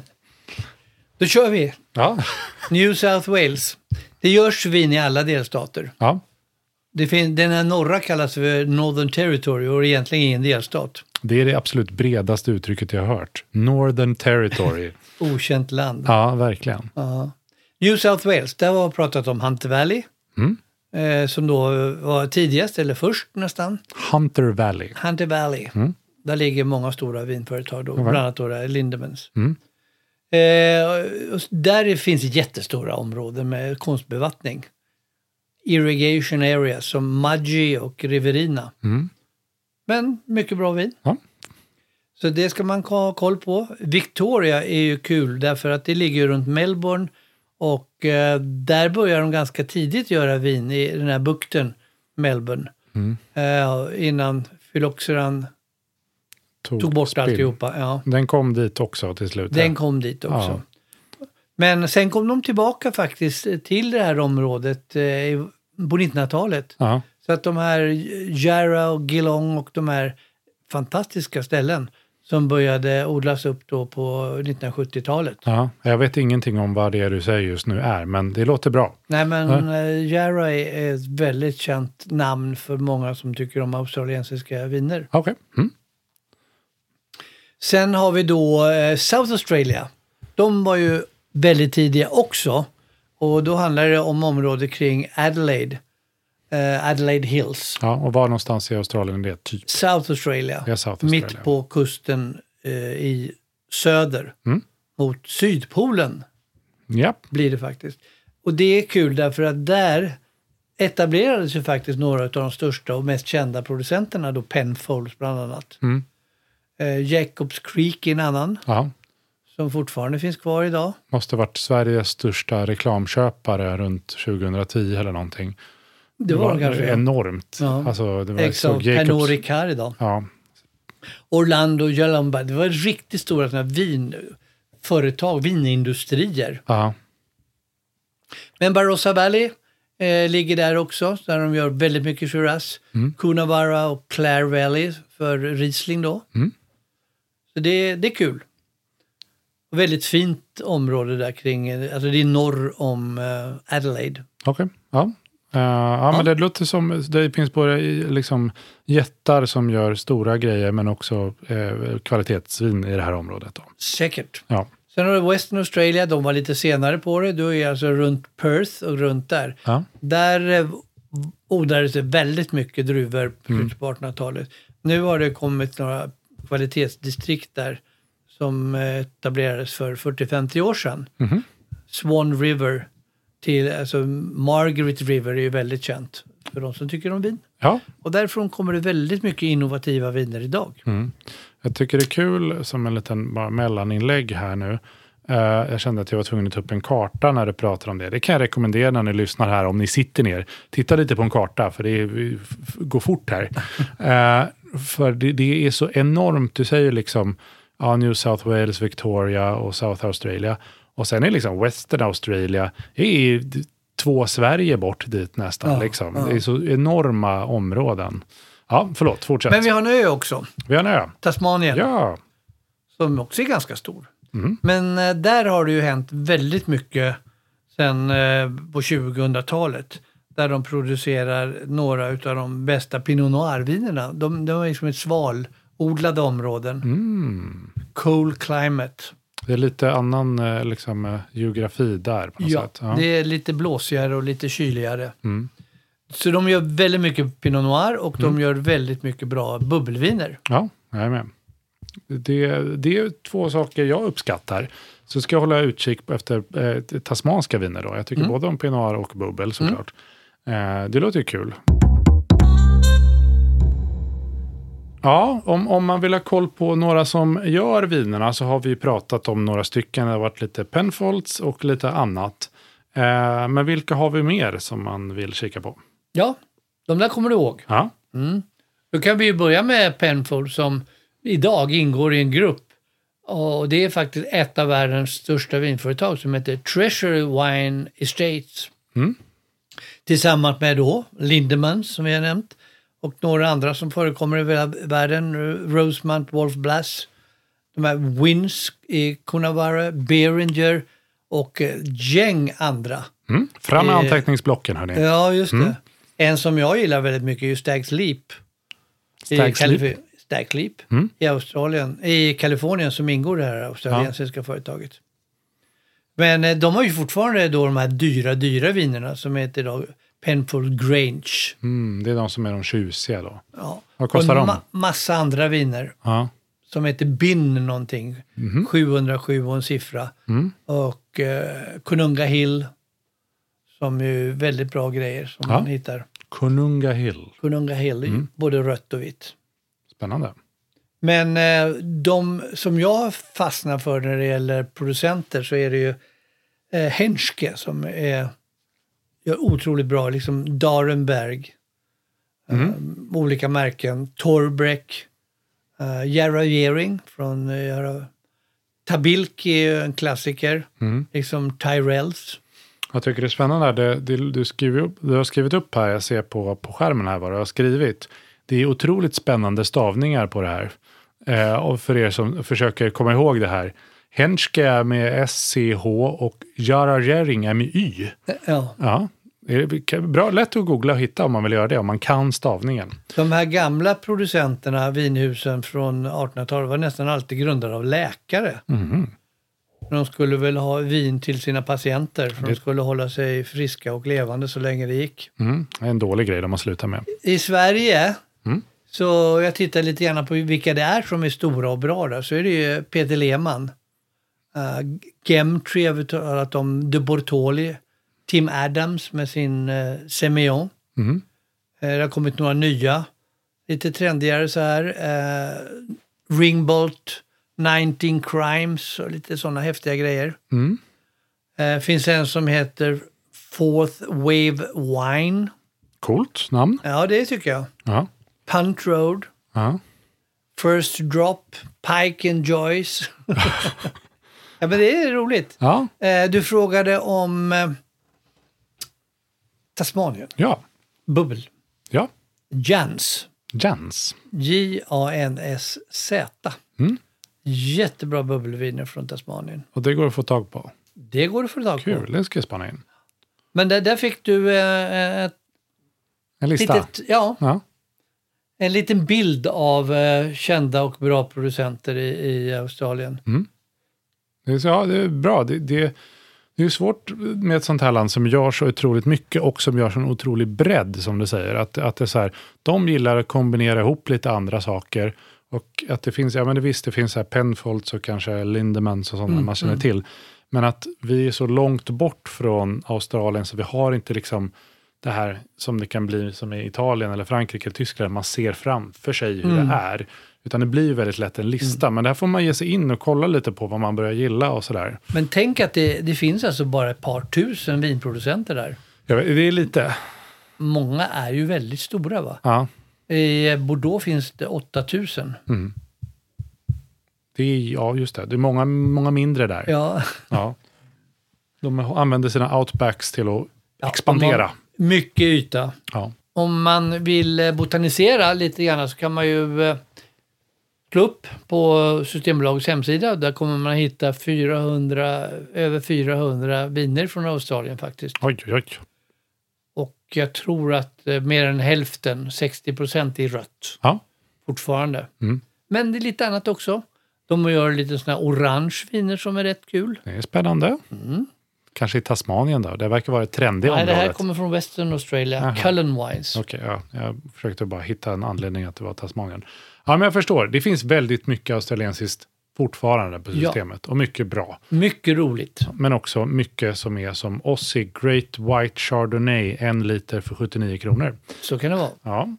Speaker 2: Då kör vi!
Speaker 1: Ja.
Speaker 2: New South Wales. Det görs vin i alla delstater.
Speaker 1: ja,
Speaker 2: Det fin- den här norra kallas för Northern Territory och är egentligen ingen delstat.
Speaker 1: det är det absolut bredaste uttrycket jag har hört. Northern
Speaker 2: *laughs*
Speaker 1: Territory.
Speaker 2: Okänt land.
Speaker 1: Ja, verkligen.
Speaker 2: Ja. New South Wales, där har vi pratat om Hunter Valley. Eh, som då var tidigast, eller först nästan.
Speaker 1: Hunter Valley.
Speaker 2: Hunter Valley. Där ligger många stora vinföretag då, bland annat då det här Lindemans. Eh, och där finns jättestora områden med konstbevattning. Irrigation areas som Mudgee och Riverina. Men mycket bra vin.
Speaker 1: Ja.
Speaker 2: Så det ska man ha koll på. Victoria är ju kul därför att det ligger ju runt Melbourne och eh, där börjar de ganska tidigt göra vin i den här bukten, Melbourne.
Speaker 1: Mm.
Speaker 2: Eh, innan Phylloxeran tog bort
Speaker 1: Oh, spill.
Speaker 2: alltihopa. Ja,
Speaker 1: Den kom dit också till slut.
Speaker 2: den kom dit också.
Speaker 1: Ja.
Speaker 2: Men sen kom de tillbaka faktiskt till det här området eh, i- på 1900-talet.
Speaker 1: Ja.
Speaker 2: Så att de här Jarra och Geelong och de här fantastiska ställen som började odlas upp då på 1970-talet.
Speaker 1: Ja. Jag vet ingenting om vad det är du säger just nu är, men det låter bra.
Speaker 2: Nej men eh, Jarra är ett väldigt känt namn för många som tycker om australiensiska viner.
Speaker 1: Okej. Mm.
Speaker 2: Sen har vi då eh, South Australia. De var ju väldigt tidiga också. Och då handlar det om området kring Adelaide. Eh, Adelaide Hills.
Speaker 1: Ja, och var någonstans i Australien det är typ?
Speaker 2: South Australia.
Speaker 1: Ja, South Australia.
Speaker 2: Mitt på kusten eh, i söder.
Speaker 1: Mm.
Speaker 2: Mot Sydpolen
Speaker 1: Ja.
Speaker 2: blir det faktiskt. Och det är kul därför att där etablerades ju faktiskt några av de största och mest kända producenterna. Då Penfolds bland annat.
Speaker 1: Mm.
Speaker 2: Eh, Jacobs Creek är en annan
Speaker 1: ja.
Speaker 2: som fortfarande finns kvar idag.
Speaker 1: måste varit Sveriges största reklamköpare runt 2010 eller någonting.
Speaker 2: Det var, det kanske. En,
Speaker 1: enormt.
Speaker 2: Ja.
Speaker 1: Alltså, det var,
Speaker 2: Exakt,
Speaker 1: såg Jacobs,
Speaker 2: Pernod Ricard idag.
Speaker 1: ja,
Speaker 2: Orlando, Jalamba. Det var riktigt stora såna här vinföretag, vinindustrier.
Speaker 1: Ja.
Speaker 2: Men Barossa Valley eh, ligger där också, där de gör väldigt mycket Shiraz. Coonawarra och Clare Valley för Riesling då. Så det, det är kul. Och väldigt fint område där kring, eh, alltså det är norr om eh, Adelaide.
Speaker 1: Okej. Ja. Eh, ja, men det låter som det finns både i- liksom jättar som gör stora grejer men också eh, kvalitetsvin i det här området. Då.
Speaker 2: Säkert.
Speaker 1: Ja.
Speaker 2: Sen har du Western Australia, de var lite senare på det. Du är alltså runt Perth och runt där.
Speaker 1: Ja.
Speaker 2: Där eh, odlades det väldigt mycket druvor på slutet på 1800-talet. Nu har det kommit några kvalitetsdistrikt där som eh, etablerades för 40-50 år sedan. Swan River, till, alltså Margaret River är ju väldigt känt för de som tycker om vin.
Speaker 1: ja,
Speaker 2: Och därifrån kommer det väldigt mycket innovativa viner idag.
Speaker 1: Jag tycker det är kul, som en liten bara mellaninlägg här nu. Eh, jag kände att jag var tvungen att ta upp en karta när du pratade om det. Det kan jag rekommendera när ni lyssnar här, om ni sitter ner. Titta lite på en karta, för det är, vi f- f- går fort
Speaker 2: *laughs*
Speaker 1: här. Eh, för det, det är så enormt. Du säger liksom ja, New South Wales, Victoria och South Australia. Och sen är liksom Western Australia, det är d- två Sverige bort dit nästan. liksom. Det är så enorma områden. Ja, förlåt, fortsätt.
Speaker 2: Men vi
Speaker 1: vi,
Speaker 2: har en ö också,
Speaker 1: har en ö.
Speaker 2: Tasmanien.
Speaker 1: Ja.
Speaker 2: som också är ganska stor.
Speaker 1: Mm.
Speaker 2: Men eh, där har det ju hänt väldigt mycket sen eh, på 2000-talet. Där de producerar några av de bästa Pinot Noir-vinerna. De, de är liksom ett svalodlade områden.
Speaker 1: Mm.
Speaker 2: Cold climate.
Speaker 1: Det är lite annan eh, liksom, eh, geografi där på något sätt. Ja. Mm.
Speaker 2: det är lite blåsigare och lite kyligare. Så de gör väldigt mycket Pinot Noir och de gör väldigt mycket bra bubbelviner.
Speaker 1: ja, jag är med. Det, det är två saker jag uppskattar. Så ska jag hålla utkik efter eh, tasmanska viner då. Jag tycker både om pinot noir och bubbel såklart. Eh, det låter ju kul. Ja, om, om man vill ha koll på några som gör vinerna så har vi ju pratat om några stycken. Det har varit lite Penfolds och lite annat. Eh, men vilka har vi mer som man vill kika på?
Speaker 2: Ja, de där kommer du ihåg.
Speaker 1: Ja,
Speaker 2: Då kan vi ju börja med Penfold som idag ingår i en grupp. Och det är faktiskt ett av världens största vinföretag som heter Treasury Wine Estates. Tillsammans med då Lindemans som vi har nämnt och några andra som förekommer i vä- världen. Rosemont, Wolf Blass, de här Wins i Coonawarra, Beringer och eh, gäng andra.
Speaker 1: Mm. Fram med
Speaker 2: Eh,
Speaker 1: anteckningsblocken, hörni.
Speaker 2: Ja, just det. En som jag gillar väldigt mycket är ju Stags Leap. i
Speaker 1: Stags Leap?
Speaker 2: Kalifi- Stag Leap
Speaker 1: Mm.
Speaker 2: i Australien, i Kalifornien som ingår i det här australiensiska företaget. Men eh, de har ju fortfarande då de här dyra, dyra vinerna som heter idag Penfold Grange.
Speaker 1: Mm, det är de som är de tjusiga då.
Speaker 2: Ja.
Speaker 1: Vad kostar
Speaker 2: Och en
Speaker 1: de?
Speaker 2: massa andra viner
Speaker 1: Ja.
Speaker 2: som heter Bin någonting.
Speaker 1: Mhm.
Speaker 2: 707 och en siffra.
Speaker 1: Mm.
Speaker 2: Och eh, Kununga Hill som ju är väldigt bra grejer som
Speaker 1: Ja. Mm.
Speaker 2: man hittar.
Speaker 1: Konunga Hill.
Speaker 2: Kununga Hill, både rött och vitt.
Speaker 1: Spännande.
Speaker 2: Men eh, de som jag fastnar för när det gäller producenter så är det ju eh, Henschke som är, gör otroligt bra, liksom Darenberg, eh, olika märken, Torbrek, eh, Jarrah Yearing från eh, Jarrah- Tabilk är ju en klassiker, liksom Tyrells.
Speaker 1: Jag tycker det är spännande. här. Det, det, du, skriver, upp- du har skrivit upp här, jag ser på, på skärmen här vad du har skrivit. Det är otroligt spännande stavningar på det här. Eh, och för er som försöker komma ihåg det här. Henschke är med SCH och Jarajering är med Y.
Speaker 2: Ja.
Speaker 1: Ja, det är bra, lätt att googla och hitta om man vill göra det, om man kan stavningen.
Speaker 2: De här gamla producenterna, vinhusen från 1800-talet, var nästan alltid grundade av läkare. De skulle väl ha vin till sina patienter, för de skulle hålla sig friska och levande så länge det gick.
Speaker 1: Mm, det är en dålig grej de har slutat med.
Speaker 2: I Sverige,
Speaker 1: Mm.
Speaker 2: så jag tittar lite grann på vilka det är som är stora och bra där, så är det ju Peter Lehmann. Uh, Gemtree har vi talat om, De Bortoli, Tim Adams med sin uh, Semillon.
Speaker 1: Mm.
Speaker 2: Eh, Det har kommit några nya, lite trendigare så här. Eh, Ringbolt, 19 Crimes och lite sådana häftiga grejer.
Speaker 1: Mm.
Speaker 2: Eh, finns en som heter Fourth Wave Wine.
Speaker 1: Coolt namn.
Speaker 2: Ja, det tycker jag.
Speaker 1: Ja.
Speaker 2: Punt Road,
Speaker 1: ja.
Speaker 2: First Drop, Pike
Speaker 1: *laughs*
Speaker 2: and Joyce. ja, men det är roligt.
Speaker 1: Ja.
Speaker 2: Eh, Du frågade om eh, Tasmanien.
Speaker 1: Ja.
Speaker 2: Bubbel.
Speaker 1: Ja.
Speaker 2: Jans.
Speaker 1: Jans.
Speaker 2: J-A-N-S-Z.
Speaker 1: Mm.
Speaker 2: Jättebra bubbelviner från Tasmanien.
Speaker 1: Och det går att få tag på.
Speaker 2: Det går det för tag på.
Speaker 1: Kul, det ska jag spana in.
Speaker 2: Men där, där fick du eh, ett
Speaker 1: En lista.
Speaker 2: litet, ja,
Speaker 1: Ja.
Speaker 2: en liten bild av eh, kända och bra producenter i, i Australien.
Speaker 1: Det är, så- ja, det är bra. Det, det, det är ju svårt med ett sånt här land som gör så otroligt mycket och som gör så en otrolig bredd, som du säger. Att, att det är så här, de gillar att kombinera ihop lite andra saker. Och att det finns, ja men det visst, det finns så här Penfolds och kanske Lindemans och sådana man känner till. Men att vi är så långt bort från Australien så vi har inte liksom det här som det kan bli som i Italien eller Frankrike eller Tyskland, man ser framför sig hur det är. Utan det blir ju väldigt lätt en lista, men där får man ge sig in och kolla lite på vad man börjar gilla och sådär.
Speaker 2: Men tänk att det, det finns alltså bara ett par tusen vinproducenter där.
Speaker 1: Jag vet, Det är lite,
Speaker 2: Många är ju väldigt stora va?
Speaker 1: ja,
Speaker 2: I Bordeaux finns det 8000.
Speaker 1: det är, ja just det, det är många, många mindre där.
Speaker 2: Ja.
Speaker 1: Ja. De använder sina outbacks till att
Speaker 2: Ja,
Speaker 1: expandera.
Speaker 2: om man- Mycket yta.
Speaker 1: Ja.
Speaker 2: Om man vill eh, botanisera lite grann så kan man ju eh, slå upp på Systembolagets hemsida. Där kommer man hitta 400, över 400 viner från Australien faktiskt.
Speaker 1: Oj, oj, oj.
Speaker 2: Och jag tror att eh, mer än hälften, 60 procent, är rött
Speaker 1: Ja,
Speaker 2: fortfarande.
Speaker 1: Mm.
Speaker 2: Men det är lite annat också. De gör lite sådana här orange viner som är rätt kul.
Speaker 1: det är spännande. Kanske i Tasmanien då, det verkar vara ett trendigt
Speaker 2: Mm. Nej,
Speaker 1: område.
Speaker 2: det här kommer från Western Australia,
Speaker 1: Aha.
Speaker 2: Cullen Wines.
Speaker 1: Okej, ja. jag försökte bara hitta en anledning att det var Tasmanien. Ja, men jag förstår. Det finns väldigt mycket australiensiskt fortfarande på
Speaker 2: Ja.
Speaker 1: systemet och mycket bra.
Speaker 2: Mycket roligt.
Speaker 1: Men också mycket som är som Aussie Great White Chardonnay, en liter för 79 kronor.
Speaker 2: Så kan det vara.
Speaker 1: Ja.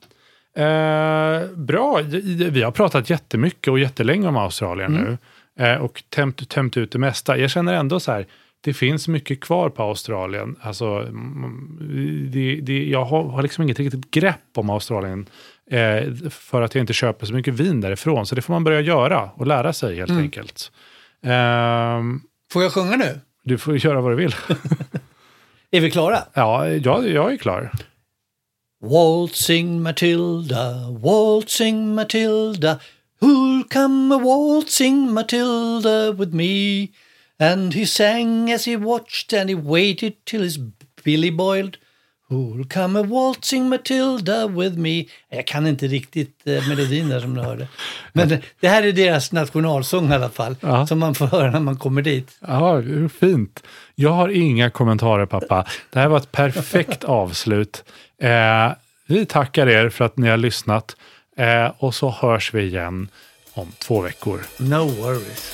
Speaker 1: Eh, bra, vi har pratat jättemycket och jättelänge om Australien nu eh, och tömt, tömt ut det mesta. Jag känner ändå så här, det finns mycket kvar på Australien. Alltså, mm, det, det, jag har, har liksom inget riktigt grepp om Australien eh, för att jag inte köper så mycket vin därifrån. Så det får man börja göra och lära sig helt enkelt. Ehm,
Speaker 2: Får jag sjunga nu?
Speaker 1: du får göra vad du vill. *laughs*
Speaker 2: Är vi klara?
Speaker 1: ja, jag, jag är klar.
Speaker 2: Waltzing Matilda, waltzing Matilda, who'll come a waltzing Matilda with me? And he sang as he watched and he waited till his billy boiled. Who'll come a waltzing Matilda with me? Jag kan inte riktigt eh, melodin där som ni hörde. Men det- det här är deras nationalsång i alla fall,
Speaker 1: Ja.
Speaker 2: som man får höra när man kommer dit.
Speaker 1: Ja, hur fint. Jag har inga kommentarer pappa. Det här var ett perfekt avslut. Eh, vi tackar er för att ni har lyssnat eh, och så hörs vi igen om två veckor.
Speaker 2: No worries.